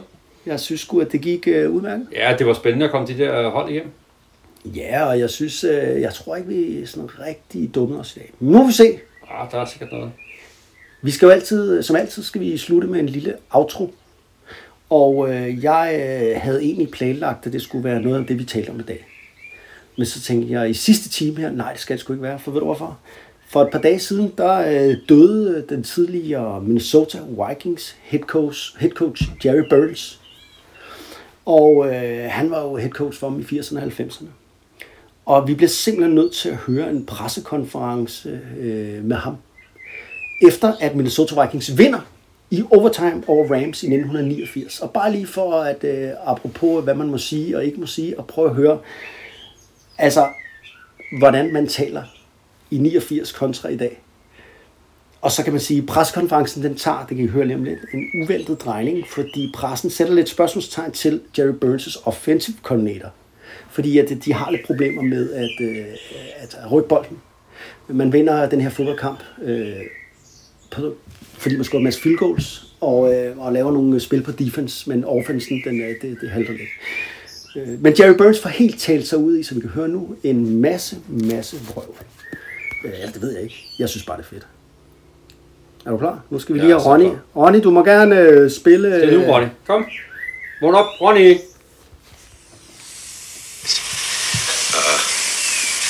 S2: Jeg synes sgu, at det gik øh, udmærket.
S3: Ja, det var spændende at komme de der øh, hold igennem.
S2: Ja, og jeg synes, øh, jeg tror ikke, vi er sådan rigtig dumme os i dag. Nu må vi se.
S3: Ah, der er sikkert noget.
S2: Vi skal jo altid, som altid skal vi slutte med en lille outro. Og øh, jeg øh, havde egentlig planlagt, at det skulle være noget af det, vi talte om i dag. Men så tænkte jeg i sidste time her, nej, det skal det sgu ikke være, for ved du hvorfor? For et par dage siden, der øh, døde øh, den tidligere Minnesota Vikings head coach, head coach Jerry Burns. Og øh, han var jo head coach for dem i 80'erne og 90'erne. Og vi blev simpelthen nødt til at høre en pressekonference øh, med ham efter at Minnesota Vikings vinder i overtime over Rams i 1989. Og bare lige for at, øh, apropos hvad man må sige og ikke må sige, og prøve at høre, altså, hvordan man taler i 89 kontra i dag. Og så kan man sige, at preskonferencen den tager, det kan I høre lige om lidt, en uventet drejning, fordi pressen sætter lidt spørgsmålstegn til Jerry Burns' offensive coordinator. Fordi at øh, de har lidt problemer med at, øh, at rykke bolden. Man vinder den her fodboldkamp øh, på, fordi man scorer en masse field goals og, øh, og laver nogle øh, spil på defense, men offensen, den, øh, det, det halter lidt. Øh, men Jerry Burns får helt talt sig ud i, som vi kan høre nu, en masse, masse vrøvl. Øh, ja, det ved jeg ikke. Jeg synes bare, det er fedt. Er du klar? Nu skal vi
S3: Jeg
S2: lige
S3: er
S2: have
S3: så
S2: Ronny.
S3: klar.
S2: Ronny, du må gerne øh, spille...
S3: Det er nu, Ronny. Kom. Vågn op, Ronny.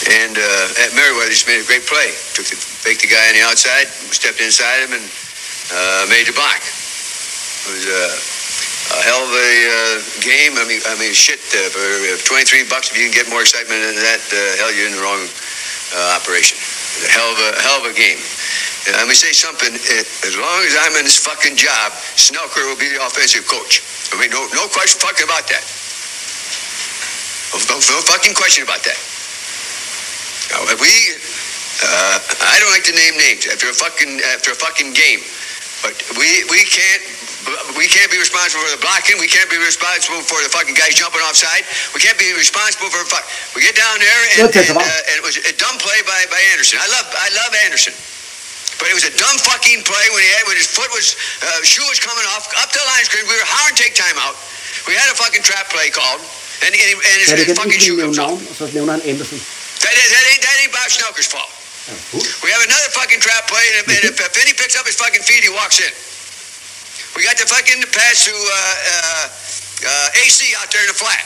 S1: And uh, at Merriweather just made a great play. Took the, faked the guy on the outside, stepped inside him, and uh, made the block. It was uh, a hell of a uh, game. I mean, I mean, shit. Uh, for uh, 23 bucks, if you can get more excitement than that, uh, hell, you're in the wrong uh, operation. It was a hell of a hell of a game. And let me say something. Uh, As long as I'm in this fucking job, Snelker will be the offensive coach. I mean, no, no question fucking about that. No, no fucking question about that. Now, if we, uh, I don't like to name names after a fucking after a fucking game. But we we can't we can't be responsible for the blocking. We can't be responsible for the fucking guys jumping offside. We can't be responsible for fuck. We get down there and,
S2: Good, that's
S1: and,
S2: about-
S1: uh, and it was a dumb play by, by Anderson. I love I love Anderson. But it was a dumb fucking play when he had when his foot was uh, shoe was coming off up to the line screen. We were hollering take timeout. We had a fucking trap play called, and and, and his,
S2: Ja, det
S1: his
S2: kan
S1: fucking
S2: ikke
S1: shoe
S2: nævne navn,
S1: comes off.
S2: og så nævner han Anderson.
S1: That, is, that ain't that ain't Bob Snooker's fault. We have another fucking trap play, and if, and if, if Finney picks up his fucking feet, he walks in. We got the fucking pass to uh, uh, uh, AC out there in the flat.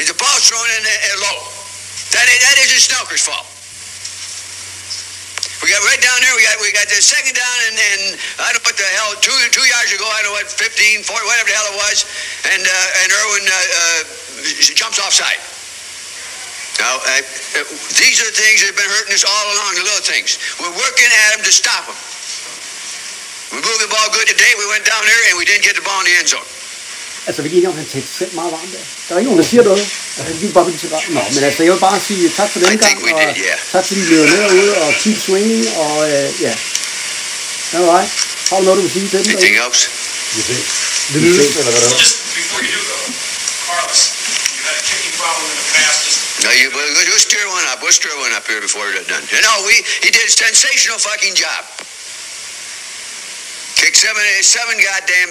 S1: And the ball's thrown in, in low. That ain't, that isn't Snooker's fault. We got right down there. We got we got the second down, and, and I don't know what the hell two two yards ago. I don't know what 15, 40, whatever the hell it was, and uh, and Irwin uh, uh, jumps offside. Now, I, uh, these are things that have been hurting us all along, the little things. We're working at them to stop them. We moved the ball good today. We went down there and we didn't get the ball in the end zone.
S2: Altså, vi kan ikke om, han talte selv meget varmt der. Der er ikke nogen, der siger noget. Altså, vi kan bare blive til varmt. Nå, men altså, jeg vil bare sige tak for den
S1: I
S2: gang,
S1: think we
S2: og
S1: did, yeah.
S2: tak fordi I blev med ude, og keep swinging, og øh, ja. All right. Har du noget, du vil sige til dem?
S1: Anything else?
S3: Vi ses. Vi ses, eller hvad der
S4: So
S3: er.
S4: just before you do go, Carlos, you had a kicking problem in the past. Just
S1: No, you, we'll, we'll steer one up. We'll steer one up here before we're done. You know, we he did a sensational fucking job. Kicked seven, seven goddamn